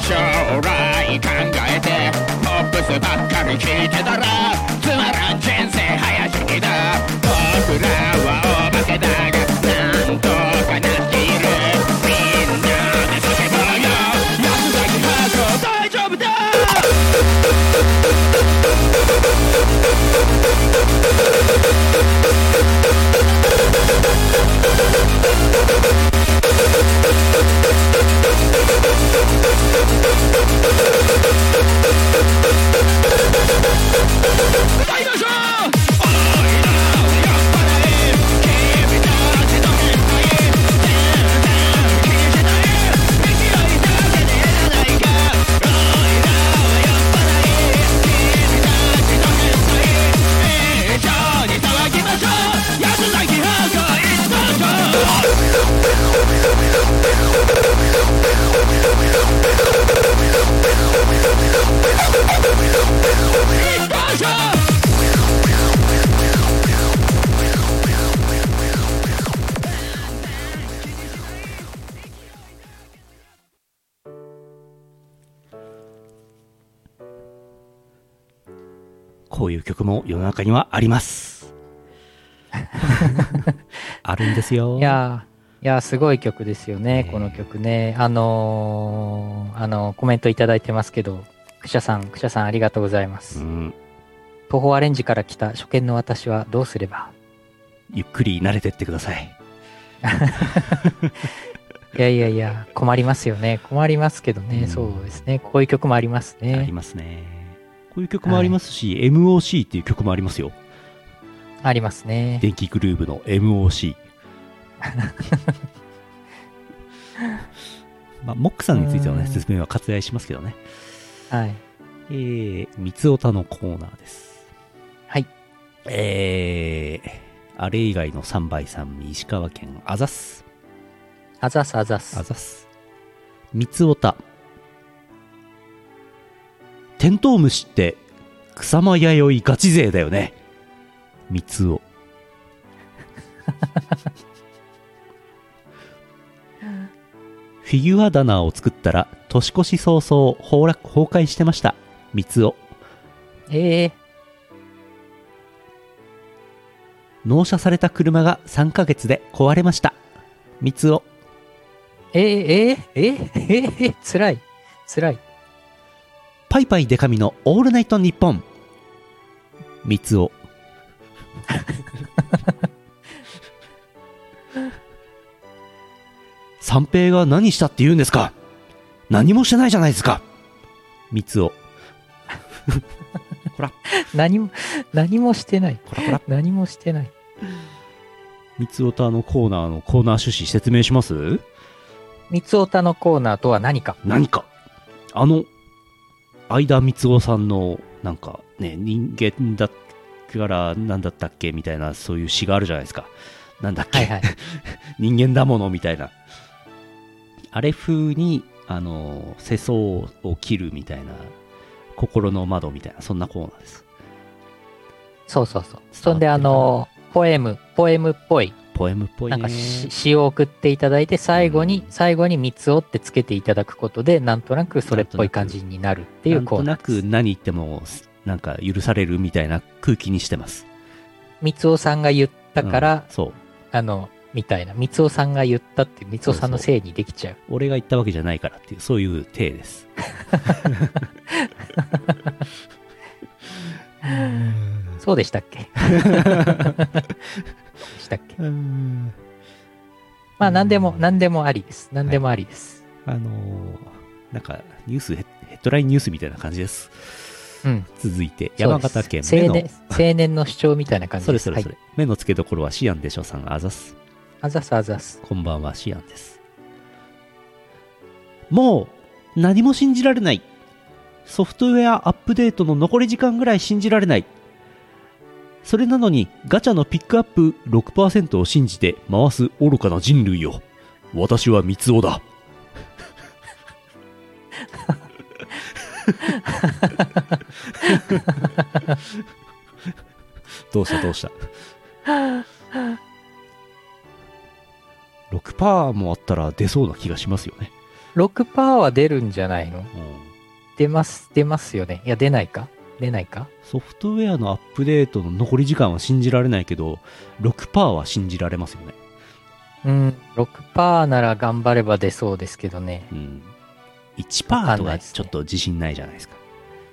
将来考えてポップスばっかり聞いてたらつまらん人生早死ぎだ僕らはお化けだがなんとかなっているみんなで叫ぼうよ安崎ハート大丈夫だ大丈夫こういう曲も世の中にはあり ます。あるんですよ。いやー、いやーすごい曲ですよね、この曲ね。あのーあのーコメントいただいてますけど、クシャさん、クシャさんありがとうございまうす。ん、徒歩アレンジから来た初見の私はどうすればゆっくり慣れてってください。いやいやいや、困りますよね。困りますけどね、うんそうですね。こういう曲もありますありね。ますね。こういう曲もありますし、MOC っていう曲もありますよ。ありますね。電気グルーヴの MOC。まあ、モックさんについての、うね、ん説明は割愛しますけどね。はい。えー、三つおたのコーナーです。はい。えー、あれ以外の3倍さん、石川県あざっす。あざすあざあす。ざっす。三つおた。テントウムシって、草間弥生ガチ勢だよね。三つお。フィギュア棚を作ったら、年越し早々崩落、崩壊してました。三つお。ええ納車された車が3ヶ月で壊れました。三つお。ええええええええつらい。つらい。パイパイデカミのオールナイトニッポン。三つお。 三平が何したって言うんですか何もしてないじゃないですか三つお。 ほら、何も、何もしてない。ほらほら。何もしてない。三つおとあのコーナーのコーナー趣旨説明します三つおたのコーナーとは何か。何か。あの、相田三つおさんの、なんかね、人間だから何だったっけみたいな、そういう詩があるじゃないですか。なんだっけ、はいはい。人間だものみたいな。あれ風に、あの、世相を切るみたいな、心の窓みたいな、そんなコーナーです。そうそう そう。そんで、あの、ポエム、ポエムっぽい、ポエムっぽいなね。んか詩詩を送っていただいて、最後にう、ん最後に三つおってつけていただくことで、なんとなくそれっぽい感じになるっていうコーナーなんとなく何言っても、なんか許されるみたいな空気にしてます。三つおさんが言ったからうん、そう。あの、みたいな。三つおさんが言ったって、三つおさんのせいにできちゃう。俺が言ったわけじゃないからっていう、そういう体です。そうでしたっけ そうでしたっけまあ、何でも、何でもありです。何でもありです。あのーなんか、ニュースヘッ、ヘッドラインニュースみたいな感じです。うん。続いて、そう山です形県目青の年、青年の主張みたいな感じそれです。それそれ、はい。目の付けどころはシアンでしょさんあざすあざすあざす。こんばんはシアンですもう何も信じられないソフトウェアアップデートの残り時間ぐらい信じられないそれなのにガチャのピックアップ6%を信じて回す愚かな人類よ私は三つ男だ どうしたどうした6%もあったら出そうな気がしますよね、 6%は出るんじゃないのうん出ます、出ますよね。いや、出ないか出ないかソフトウェアのアップデートの残り時間は信じられないけど6%は信じられますよねうん、6%なら頑張れば出そうですけどね。うんわか1%んとないかですねちょっと自信ないじゃないですか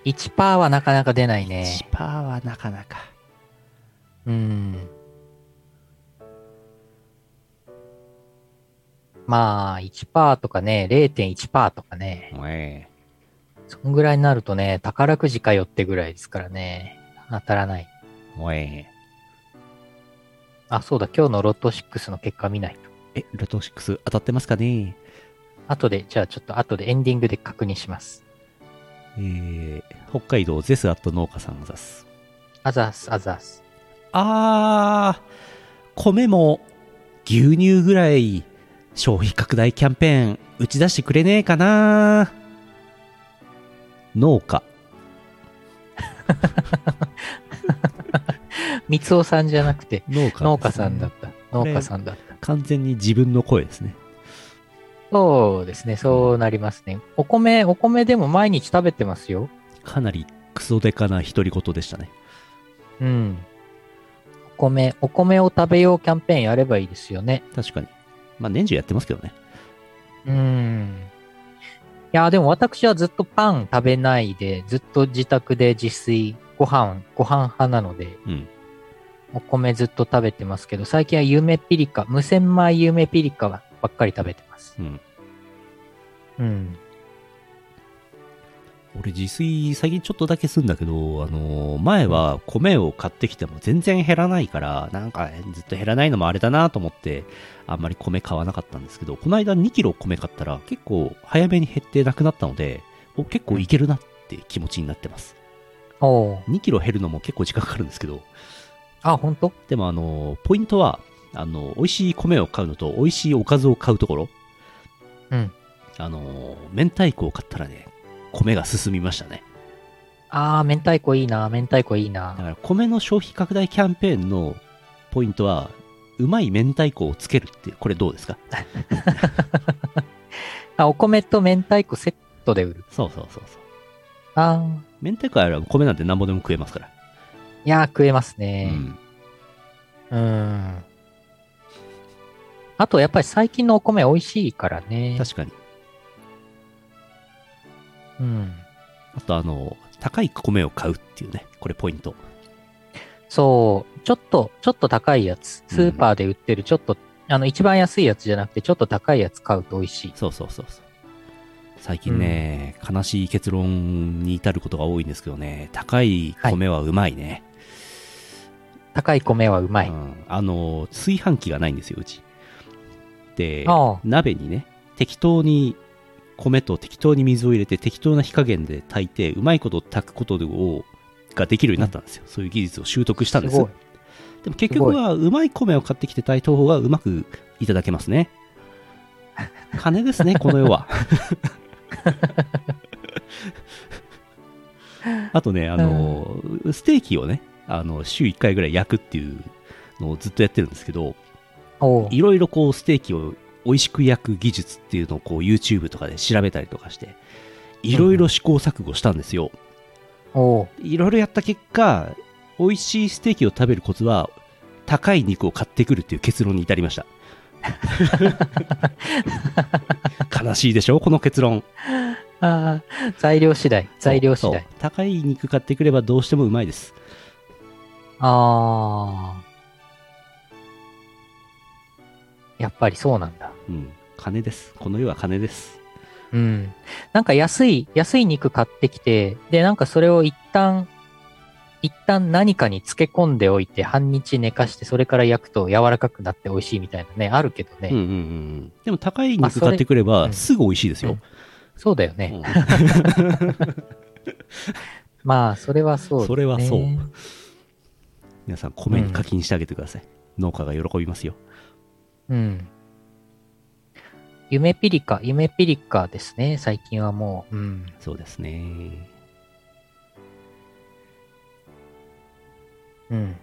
1%はなかなか出ないね。 1%はなかなかうん。まあ、1%とかね、0.1%とかね。ええそんぐらいになるとね、宝くじかよってぐらいですからね。当たらない。おえあ、そうだ、今日のロット6の結果見ないと。えロト6当たってますかね後で、じゃあちょっと後でエンディングで確認します。えー、北海道ゼスアット農家さんが指すあざーす、あざーす。あー米も牛乳ぐらい消費拡大キャンペーン打ち出してくれねえかな農家三尾さんじゃなくて、農家ですね農家さんだった。農家さんだった。完全に自分の声ですねそうですね、そうなりますね。お米、お米でも毎日食べてますよ。かなりクソデカな独り言でしたねうん。お米、お米を食べようキャンペーンやればいいですよね。確かにまあ年中やってますけどねうん。いや、でも私はずっとパン食べないで、ずっと自宅で自炊、ご飯、ご飯派なので、うんお米ずっと食べてますけど、最近は夢ピリカ、無洗米夢ピリカばっかり食べてます。うんうん。俺自炊最近ちょっとだけするんだけど、あのー前は米を買ってきても全然減らないからなんかずっと減らないのもあれだなと思ってあんまり米買わなかったんですけどこの間2キロ米買ったら結構早めに減ってなくなったのでお結構いけるなって気持ちになってますおう2キロ減るのも結構時間かかるんですけどあ、ほんとでもあのーポイントはあのー美味しい米を買うのと美味しいおかずを買うところうんあのー明太子を買ったらね米が進みましたねあー、明太子いいな、明太子いいだな。から米の消費拡大キャンペーンのポイントはうまい明太子をつけるってこれどうですかあ、お米と明太子セットで売る。そうそうそうそうあー、明太子あれば米なんてなんぼでも食えますから、いやー食えますうね。ん、うん。あと、やっぱり最近のお米美味しいからね。確かにうん。あとあの高い米を買うっていうねこれポイントそう。ちょっと、ちょっと高いやつ。スーパーで売ってる、ちょっと、あの、一番安いやつじゃなくて、ちょっと高いやつ買うと美味しい。そうそうそうそう最近ね、悲しい結論に至ることが多いんですけどね高い米はうまいね、高い米はうまい。うん、あの炊飯器がないんですようちでああ鍋にね適当に米と適当に水を入れて適当な火加減で炊いてうまいこと炊くことをができるようになったんですよ、そういう技術を習得したんですごい。でも結局はうまい米を買ってきて炊いた方がうまくいただけますね 金ですねこの世はあとねあの、ステーキをねあの週1回ぐらい焼くっていうのをずっとやってるんですけど、おういろいろこうステーキを美味しく焼く技術っていうのをこう YouTube とかで調べたりとかして、いろいろ試行錯誤したんですよ。おういろいろやった結果、美味しいステーキを食べるコツは、高い肉を買ってくるっていう結論に至りま した。悲しいでしょこの結論。ああ、材料次第、材料そ次うそう第。高い肉買ってくればどうしてもうまいです。ああ。やっぱりそうなんだ。うん。金です。この世は金です。うん。なんか安い、安い肉買ってきて、で、なんかそれを一旦、一旦何かに漬け込んでおいて、半日寝かして、それから焼くと柔らかくなって美味しいみたいなね、あるけどね。うんうんうんうん。でも高いまあそ肉れ買ってくれうばんすぐ美味しいですよ。そうだよね。うんまあ、それはそう、それはそう。皆さん米に課金してあげて ください、農家が喜びますようん。夢ピリカ、夢ピリカですね、最近はもう。うん。そうですねうん。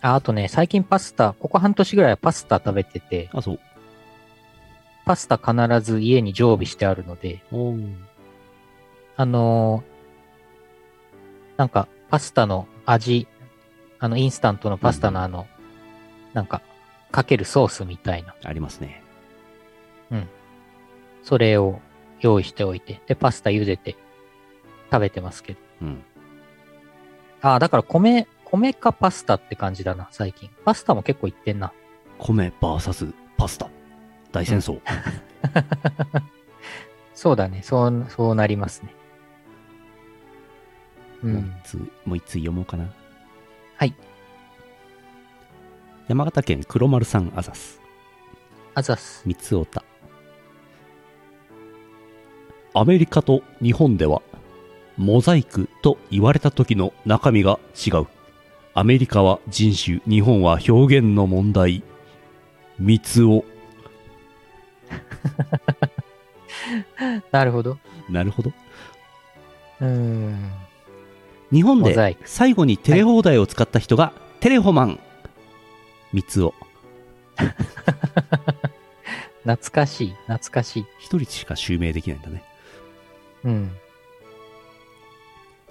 あ、あとね、最近パスタ、ここ半年ぐらいはパスタ食べてて、あそうパスタ必ず家に常備してあるので、おうあのーなんか、パスタの味、あの、インスタントのパスタのあの、なんか、かけるソースみたいな、ありますねそれを用意しておいて、で、パスタ茹でて食べてますけど。うんああ、だから米、米かパスタって感じだな、最近。パスタも結構いってんな。米 VS パスタ大戦争、そうだね、そう、そうなりますね。う。もうん一通もう一通読もうかなはい山形県黒丸さんあざすあざっす。三つおたアメリカと日本ではモザイクと言われた時の中身が違うアメリカは人種日本は表現の問題三つおなるほど。なるほどうーん。日本モザイでク最後にテレ放題を使った人がテレホマン三つお懐かしい、懐かしい。一人しか襲名できないんだねうん。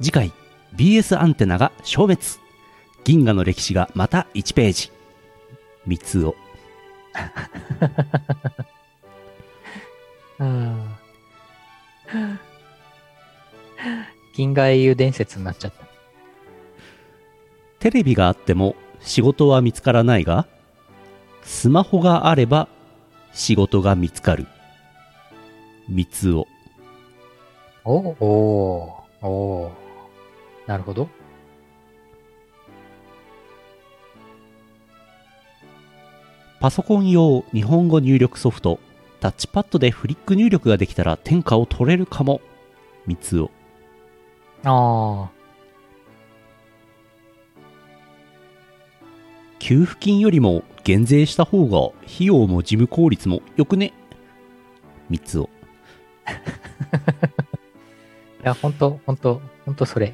次回 BS アンテナが消滅銀河の歴史がまた1ページ三つおうん銀河英雄伝説になっちゃった。テレビがあっても仕事は見つからないがスマホがあれば仕事が見つかる三つおおおーおーなるほど。パソコン用日本語入力ソフトタッチパッドでフリック入力ができたら天下を取れるかも三つおあ給付金よりも減税した方が費用も事務効率もよくね三つおあ。いや、ほんと、ほんと、ほんとそれ。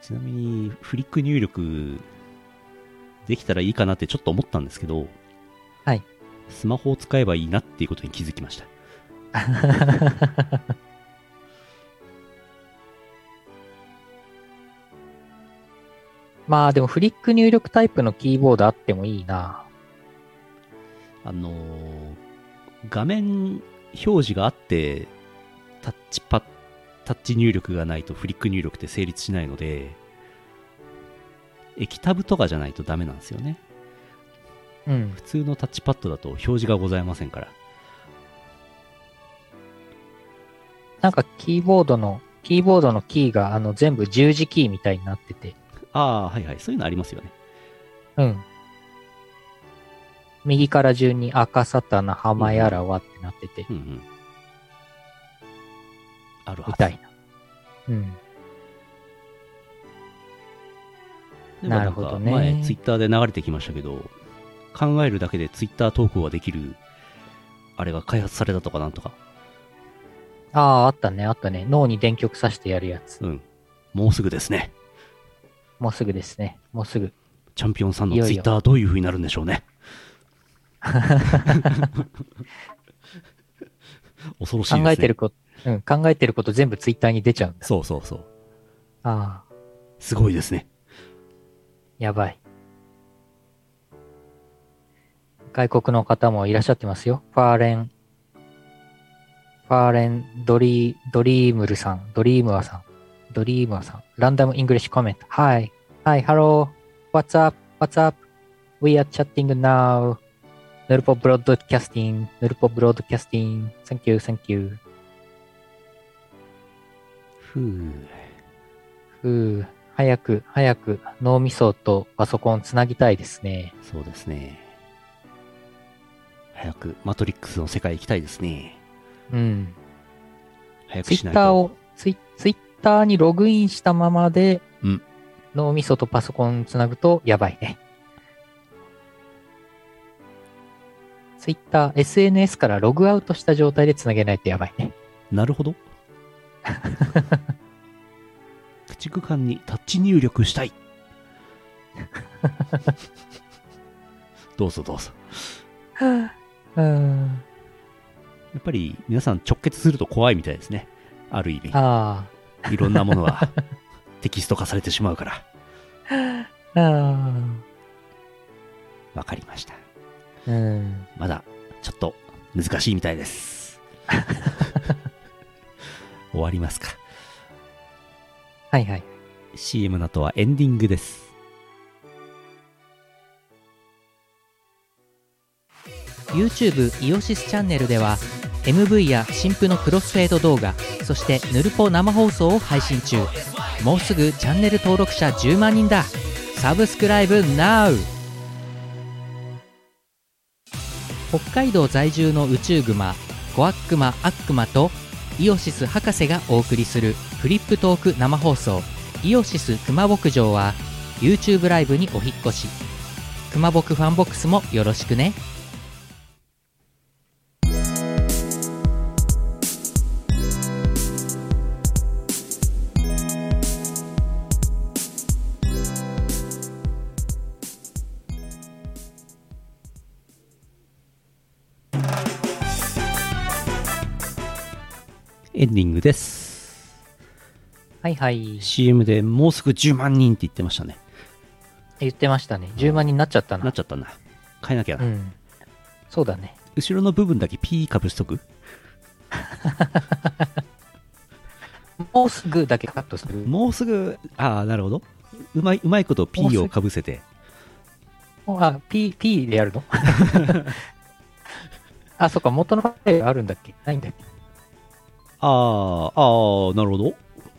ちなみに、フリック入力できたらいいかなってちょっと思ったんですけど、はい。スマホを使えばいいなっていうことに気づきました。まあでもフリック入力タイプのキーボードあってもいいな。あのー画面表示があって、タッチパッ、タッチ入力がないとフリック入力って成立しないので、液タブとかじゃないとダメなんですよね。うん。普通のタッチパッドだと表示がございませんから。なんかキーボードの、キーボードのキーがあの全部十字キーみたいになってて。ああ、はいはい、そういうのありますよね。うん。右から順に赤サタナ、ハマヤラワってなってて、うんうん。あるはみずたいな。うん。なるほどね前、ツイッターで流れてきましたけど、考えるだけでツイッター投稿ができる、あれが開発されたとかなんとか、ああ、あったね、あったね。脳に電極さしてやるやつ。うん。もうすぐですね。もうすぐですね。もうすぐ。チャンピオンさんいのよいツよイッターどういう風になるんでしょ うね。恐ろしいですね。考えてること、うん、考えてること全部ツイッターに出ちゃうんだ。そうそうそう。ああ、すごいですね。やばい。外国の方もいらっしゃってますよ。ファーレン、ファーレンドリー、ドリームルさん、ドリームアさん、ドリームアさん、ランダムイングリッシュコメント。Hi, hi, hello, what's up, what's up, we are chatting now. ヌルポブロードキャスティング、ヌルポブロードキャスティング、thank you, thank you. ふう。うー、早く、早く、脳みそとパソコンつなぎたいですね。そうですね。早くマトリックスの世界行きたいですね。うん。早くツイしッないターと。をツイ、ツイッターにログインしたままで、うん脳みそとパソコンつなぐとやばいね。Twitter、SNS からログアウトした状態でつなげないとやばいね。なるほ ど。駆逐艦にタッチ入力したい。 どうぞどうぞ。うん。やっぱり皆さん直結すると怖いみたいですね。ある意味。あいろんなものはテキスト化されてしまうから。あ。あわかりました。あ。うん。まだちょっと難しいみた いです。終わりますか。はいはい。 CM の後はエンディングです。 YouTube イオシスチャンネルでは MV や新婦のクロスフェード動画そしてヌルポ生放送を配信中もうすぐチャンネル登録者10万人だサブスクライブ NOW 北海道在住の宇宙グマコアックマアックマとイオシス博士がお送りするフリップトーク生放送「イオシス熊牧場」は YouTube ライブにお引っ越し熊牧ファンボックスもよろしくねエンディングです。はいはい。 CM でもうすぐ10万人って言ってましたね。言ってましたね。10万人になっちゃったな。なっちゃったな。変えなきゃな。うん。そうだね。後ろの部分だけピーかぶしとくもうすぐだけカットする。もうすぐ、ああ、なるほど。うまい、うまいことピもうすーぐをかぶせて。あ、P、P でやる のあ、そっか、元のファイルあるんだっけないんだっけああ、ああ、なるほど。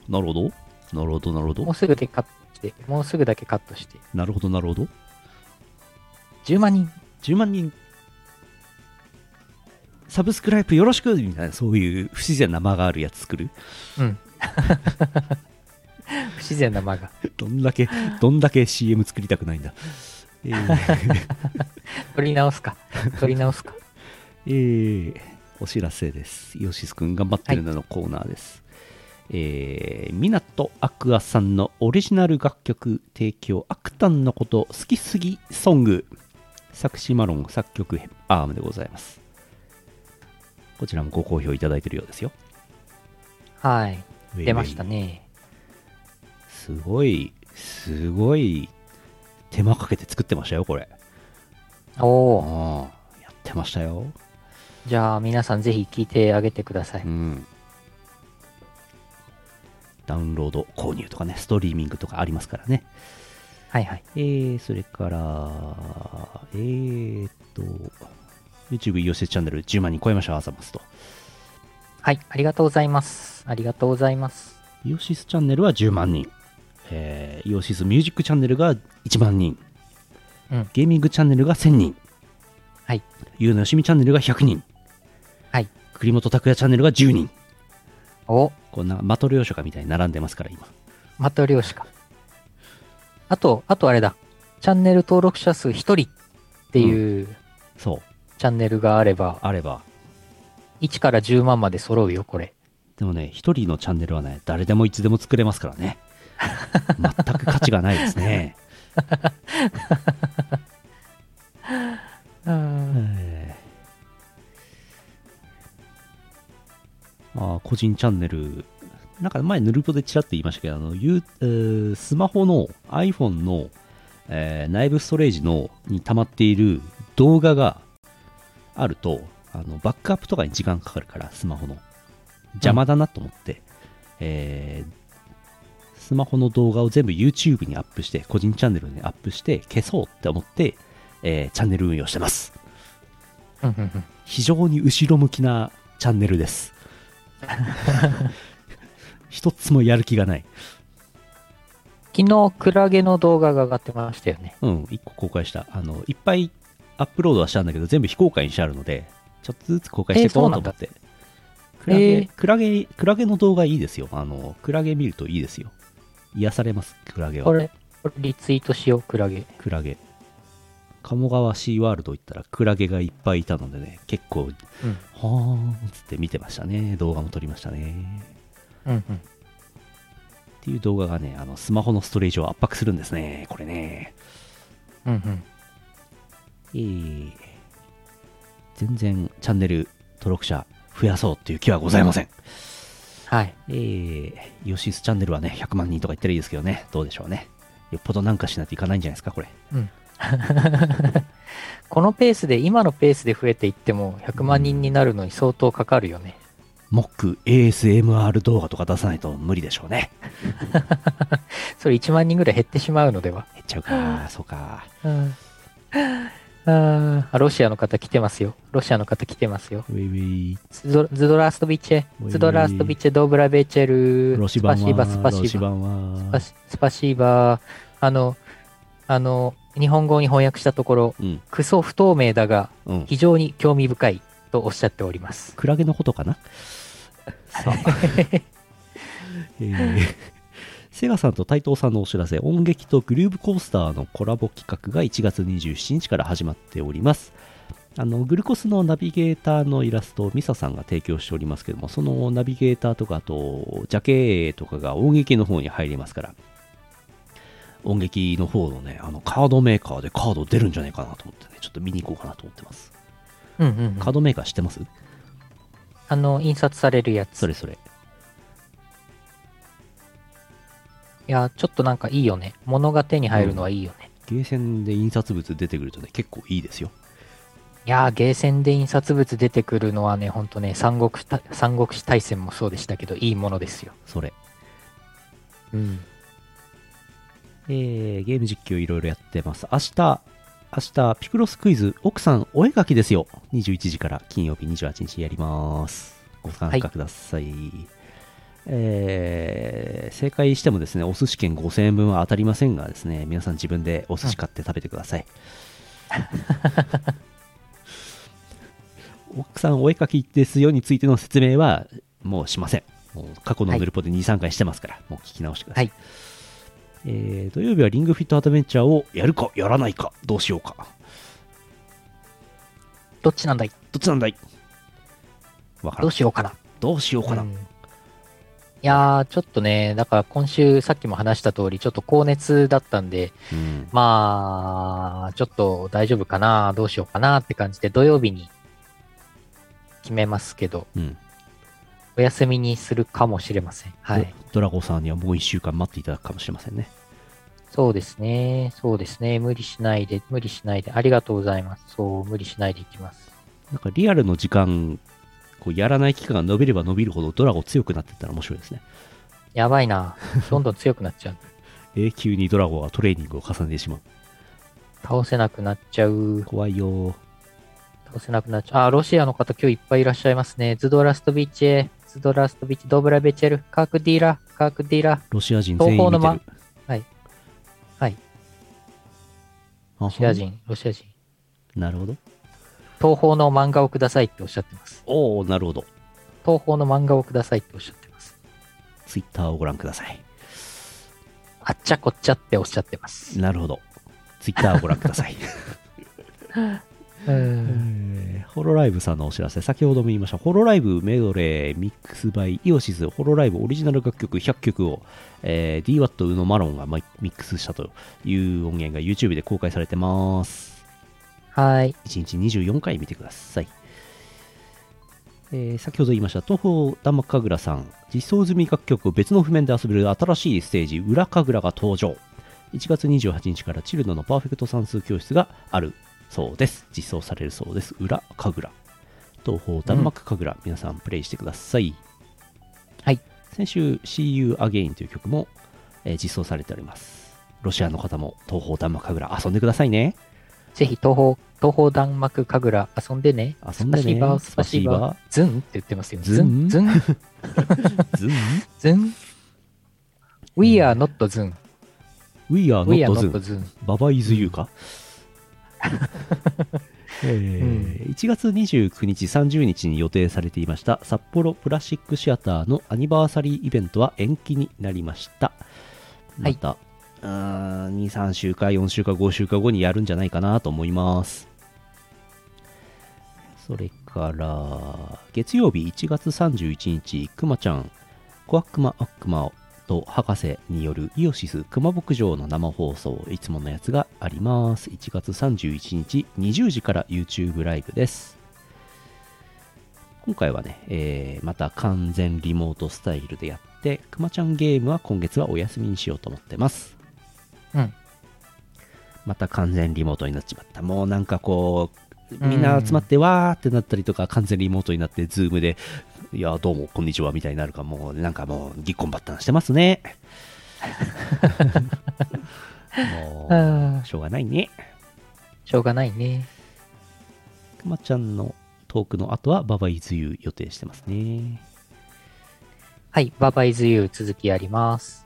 なるほど。なるほど、なるほもうど。すぐだけカットして、もうすぐだけカットして。なるほど、なるほど。 10万人。 10万人。サブスクライブよろしくみたいな、そういう不自然な間があるやつ作る。うん。 不自然な間が。どんだけ、どんだけ CM 作りたくないんだ。えー取り直すか。取り直すか。えーお知らせです。イオシスくん頑張ってるなのコーナーです。えー、みなとあくあさんのオリジナル楽曲提供、アクタンのこと好きすぎソング、作詞マロン作曲アームでございます。こちらもご好評いただいてるようですよ。はい。ウェイウェイ出ましたね。すごい、すごい、手間かけて作ってましたよ、これ。おー。ああ、やってましたよ。。じゃあ、皆さんぜひ聞いてあげてくださいうん。ダウンロード購入とかね、ストリーミングとかありますからね。はいはい。えー、それから、えーっと、YouTube イオシスチャンネル10万人超えました、アザマスと。はい。ありがとうございます。ありがとうございます。イオシスチャンネルは10万人。えー、イオシスミュージックチャンネルが1万人。うんゲーミングチャンネルが1000人。はい。ゆうのよしみチャンネルが100人。はい。栗本拓也チャンネルが10人。おこんなマトリョーショカみたいに並んでますから、今。マトリョーシカ。あと、あとあれだ。チャンネル登録者数1人っていううそう。チャンネルがあれば、あれば。 1から10万まで揃うよ、これ。でもね、一人のチャンネルはね、誰でもいつでも作れますからね。全く価値がないですね。えーあー個人チャンネル、なんか前、ヌルポでちらっと言いましたけど、あのゆうえースマホの iPhone の、えー内部ストレージのに溜まっている動画があるとあの、バックアップとかに時間かかるから、スマホの。邪魔だなと思って、えースマホの動画を全部 YouTube にアップして、個人チャンネルにアップして、消そうって思って、えーチャンネル運用してます。うんうんうん非常に後ろ向きなチャンネル です。一つもやる気がない。昨日、クラゲの動画が上がってましたよね。うん、一個公開した。あの、いっぱいアップロードはしたんだけど、全部非公開にしてあるので、ちょっとずつ公開していこうと思って。クそうなんだラゲ、えークラゲ、クラゲの動画いいですよ。あの、クラゲ見るといいですよ。癒されます、クラゲは。これ、これリツイートしよう、クラゲ。クラゲ鴨川シーワールド行ったらクラゲがいっぱいいたのでね結構うん。 「はーん」っつって見てましたね動画も撮りましたねうんうん。っていう動画がねあのスマホのストレージを圧迫するんですねこれねうんうん。えー全然チャンネル登録者増やそうっていう気はございませんはい。えー、ヨシスチャンネルはね100万人とか言ったらいいですけどねどうでしょうねよっぽどなんかしないといかないんじゃないですかこれうん。このペースで、今のペースで増えていっても、100万人になるのに相当かかるよね。モック ASMR 動画とか出さないと無理でしょうねそれ1万人ぐらい減ってしまうのでは。減っちゃうかそうかうん。あーロシアの方来てますよ。ロシアの方来てますよ。ウェイウズドズドラストビチェおいお、いズドラストビチェ、ドブラベチェェイル、ロシスバパンシはーバ、スパシロシーバ、バンスはパシスパシーバ、あの、あの、日本語に翻訳したところ、うんクソ不透明だが、うん非常に興味深いとおっしゃっております。クラゲのことかな さあ、えーセガさんと斎藤さんのお知らせ音劇とグルーブコースターのコラボ企画が1月27日から始まっておりますあのグルコスのナビゲーターのイラストをミサさんが提供しておりますけどもそのナビゲーターとかあとジャケとかが音劇の方に入りますから音劇の方のねあのカードメーカーでカード出るんじゃないかなと思ってねちょっと見に行こうかなと思ってますうんうんうんカードメーカー知ってますあの、印刷されるやつ。そいれそれや、ちょっとなんかいいよね。物が手に入るのはいいよね。ゲーセンで印刷物出てくるとね、結構いいですよ。いやー、ゲーセンで印刷物出てくるのはね、ほんとね、三国た三国志大戦もそうでしたけど、いいものですよ。それ。うん。えー、ゲーム実況いろいろやってます。明日、明日、ピクロスクイズ、奥さんお絵描きですよ。21時から金曜日28日やります。ご参はい加ください。えー、正解してもですね、お寿司券5000円分は当たりませんがですね、皆さん自分でお寿司買って食べてください。 奥さんお絵描きですよについての説明はもうしません。もう過去のヌルポで2、3回してますから、もう聞き直してください。はいえー土曜日はリングフィットアドベンチャーをやるかやらないか、どうしようか。どっちなんだいどっちなんだいわからどんう。しようかな。どうしようかな。うんいやー、ちょっとね、だから今週、さっきも話した通り、ちょっと高熱だったんで、うんまあ、ちょっと大丈夫かな、どうしようかなって感じで、土曜日に決めますけど、うんお休みにするかもしれません。はい。ドドラゴンさんにはもう1週間待っていただくかもしれませんね。そうですね、そうですね、無理しないで、無理しないで、ありがとうございます。そう、無理しないでいきます。なんかリアルの時間、こうやらない期間が伸びれば伸びるほどドラゴン強くなっていったら面白いですね。やばいな、どんどん強くなっちゃう。永久にドラゴンはトレーニングを重ねてしまう。倒せなくなっちゃう。怖いよー倒せなくなっちゃう。あー、ロシアの方今日いっぱいいらっしゃいますね。ズドラストビーチェ、ズドラストビーチ、ドブラベチェル、カークディーラ、カークディーラ、ロシア人全員見東て方のる。間はい。はい。ロロシア。人、ロシア人。なるほど。東方の漫画をくださいっておっしゃってます。おおなるほど。東方の漫画をくださいっておっしゃってます。ツイッターをご覧ください。あっちゃこっちゃっておっしゃってます。なるほど。ツイッターをご覧ください。うん。 えーホロライブさんのお知らせ、先ほども言いました、ホロライブメドレーミックスバイイオシス、ホロライブオリジナル楽曲100曲を、えー、DWAT 宇野マロンがまミックスしたという音源が YouTube で公開されてます。はい。 1日24回見てください。えー先ほど言いました、東方玉神楽さん、実装済み楽曲を別の譜面で遊べる新しいステージ、裏神楽が登場。1月28日からチルノのパーフェクト算数教室があるそうです。実装されるそうです。裏神楽。東方弾幕神楽、皆さんプレイしてください。はい。先週、See You Again という曲も、えー実装されております。ロシアの方も東方弾幕神楽遊んでくださ いね。ぜひ東方、東方弾幕神楽遊んでね。遊んスパでねシーバー、スパシースパシーババーー。ズンって言ってますよ。ズンズン、ズン、ズームズン。We are not ズン。 We are We are not z o not ズン。ババイズユーか、えー1月29日30日に予定されていました札幌プラスチックシアターのアニバーサリーイベントは延期になりましたまた、うーん、2、3週か4週か5週か後にやるんじゃないかなと思います。それから、月曜日1月31日、くまちゃん、小悪魔悪魔と博士によるイオシス熊牧場の生放送、いつものやつがあります。1月31日、20時から YouTube ライブです。今回はね、えーまた完全リモートスタイルでやって、くまちゃんゲームは今月はお休みにしようと思ってます。うん。また完全リモートになっちまった。もうなんかこう、みんな集まってわーってなったりとか、完全リモートになって、ズームで、いや、どうも、こんにちは、みたいになるか、もう、なんかもう、ぎっこんばったんしてますね。もあーう、しょうがないね。しょうがないね。くまちゃんのトークの後は、ババイズユー予定してますね。はい、ババイズユー続きやります。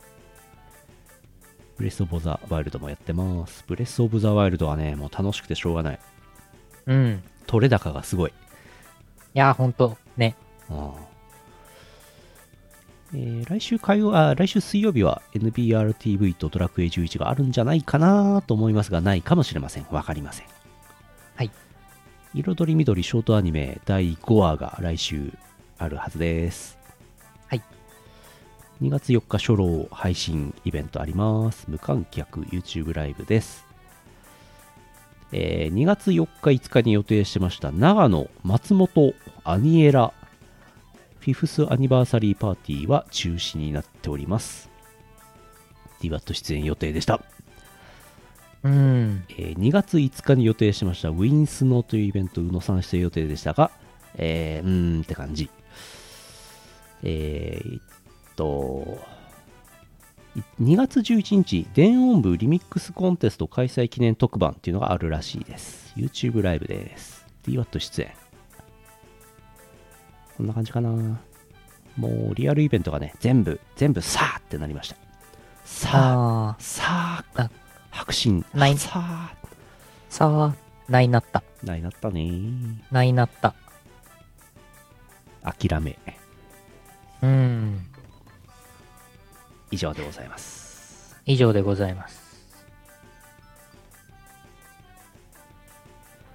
ブレス・オブ・ザ・ワイルドもやってます。ブレス・オブ・ザ・ワイルドはね、もう楽しくてしょうがない。うん。取れ高がすごい。いやー、ほんと、ね。ああえー来週火曜あ来週水曜日は NBRTV とドラクエ11があるんじゃないかなと思いますがないかもしれませんわかりませんはい彩り緑ショートアニメ第5話が来週あるはずですはい2月4日初老配信イベントあります無観客 YouTube ライブですえー2月4日5日に予定してました長野松本アニエラフィフスアニバーサリーパーティーは中止になっております。DWAT 出演予定でした、うん。えー2月5日に予定しましたウィンスノーというイベント、宇野さん出演予定でしたが、えー、うーんって感じ。えー、えっと、2月11日、電音部リミックスコンテスト開催記念特番っていうのがあるらしいです。YouTube ライブです。DWAT 出演。こんな感じかな。もうリアルイベントがね、全部、全部さーってなりました。さあ、あさああ、白心、ないさあ、ー、さあ、ないなった。ないなったねないなった。諦め。うん。以上でございます。以上でございます。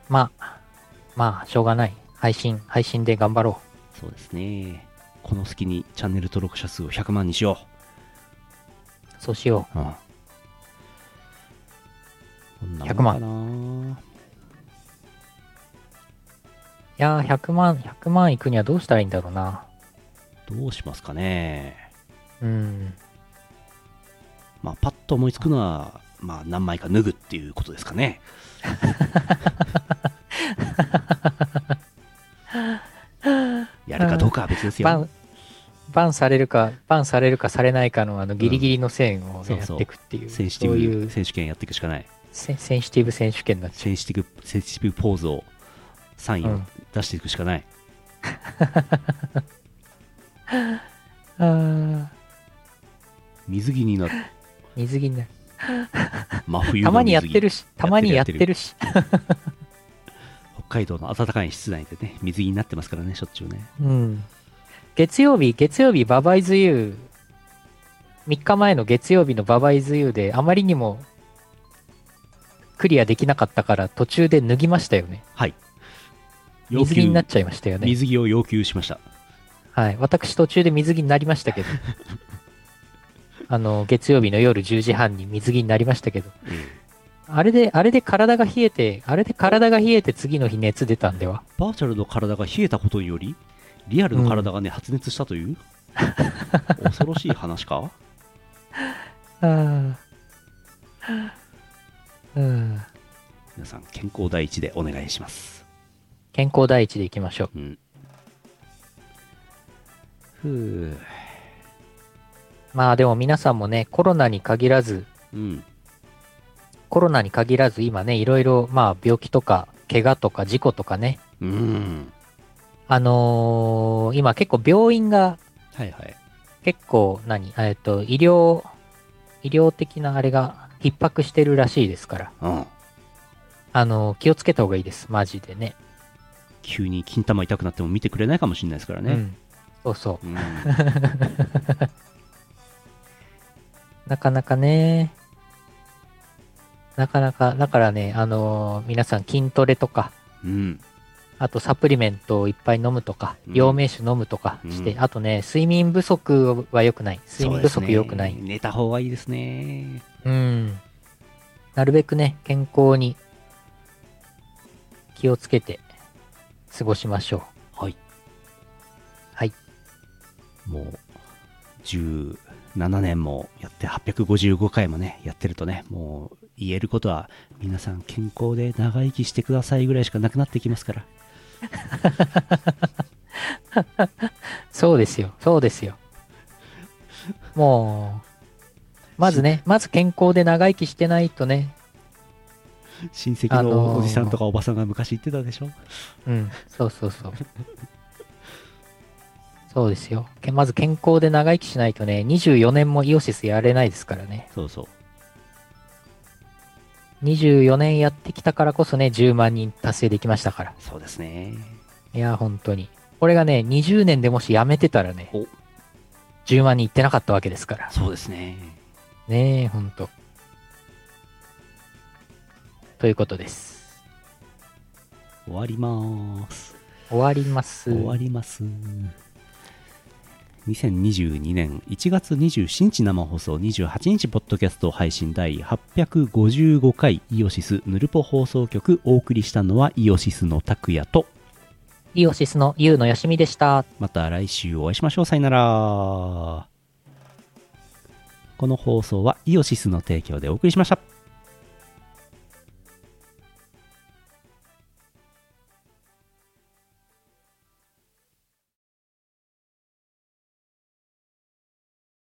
まあ、まあ、しょうがない。配信、配信で頑張ろそうですね。この隙にチャンネル登録者数を100万にしよう。そうしよう。うん。こんな100万万かう。いやー、100万、100万いくにはどうしたらいいんだろうな。な。どうしますかね。うん。まあ、パッと思いつくのは、まあ、何枚か脱ぐっていうことですか ね。やるかどうかは別で すよ。バン、バンされるか、バンされるかされないかのあのギリギリの線をね、そうそうやっていくっていう。センシテそうィいブう選手権やっていくしかない。センセンシティブ選手権になっちセンシティブ、センシティブポーズを、サインうをん出していくしかない。ゃう。あ水 着になる。ー水着になる。真冬たの水着。まにやってるし、たまにやってるし。北海道の暖かい室内でね、水着になってますからね、しょっちゅうね。うん。月曜日、月曜日、ババイズユー、3日前の月曜日のババイズユーで、あまりにもクリアできなかったから、途中で脱ぎましたよね。はい。水着になっちゃいましたよね。水着を要求しました。はい。私、途中で水着になりましたけど。あの、月曜日の夜10時半に水着になりましたけど。あれで、あれで体が冷えて、あれで体が冷えて次の日熱出たんではバーチャルの体が冷えたことにより、リアルの体がね、発熱した という、恐ろしい話かああ。うん。皆さん、健康第一でお願いします。健康第一でいきましょう。うん。ふぅ。まあでも皆さんもね、コロナに限らず、うん。コロナに限らず今ね、いろいろ、まあ病気とか、怪我とか事故とかね、うん。あのー今結構病院がはいはい。結構何、えっと、医療、医療的なあれが逼迫してるらしいですから、うん。あのー気をつけた方がいいです、マジでね。急に金玉痛くなっても見てくれないかもしれないですからうね。ん。そうそう。うん。なかなかね、なかなか、だからね、あのー皆さん筋トレとか、うん。あとサプリメントをいっぱい飲むとか、うん陽明酒飲むとかして、あとね、睡眠不足は良くない。 睡眠不そう足ですね良くない。寝た方がいいですね。うん。なるべくね、健康に気をつけて過ごしましょう。はい。はい。もう、17年もやって、855回もね、やってるとね、もう、言えることは、皆さん健康で長生きしてくださいぐらいしかなくなってきますから。そうですよ。そうですよ。もう、まずね、まず健康で長生きしてないとね、親戚あののーおじさんとかおばさんが昔言ってたでしょ、うん、そうそうそう。そうですよ。けまず健康で長生きしないとね、24年もイオシスやれないですからね。そうそう。 24年やってきたからこそね、10万人達成できましたから。そうですね。いや、本当に。これがね、20年でもしやめてたらねお、 10万人いってなかったわけですから。そうですね。ねえ、ほんと。ということです。終わります。終わります。終わります。2022年1月27日生放送28日ポッドキャスト配信第855回イオシスヌルポ放送局お送りしたのはイオシスの拓也とイオシスのゆうのよしみでした。また来週お会いしましょうさよならこの放送はイオシスの提供でお送りしました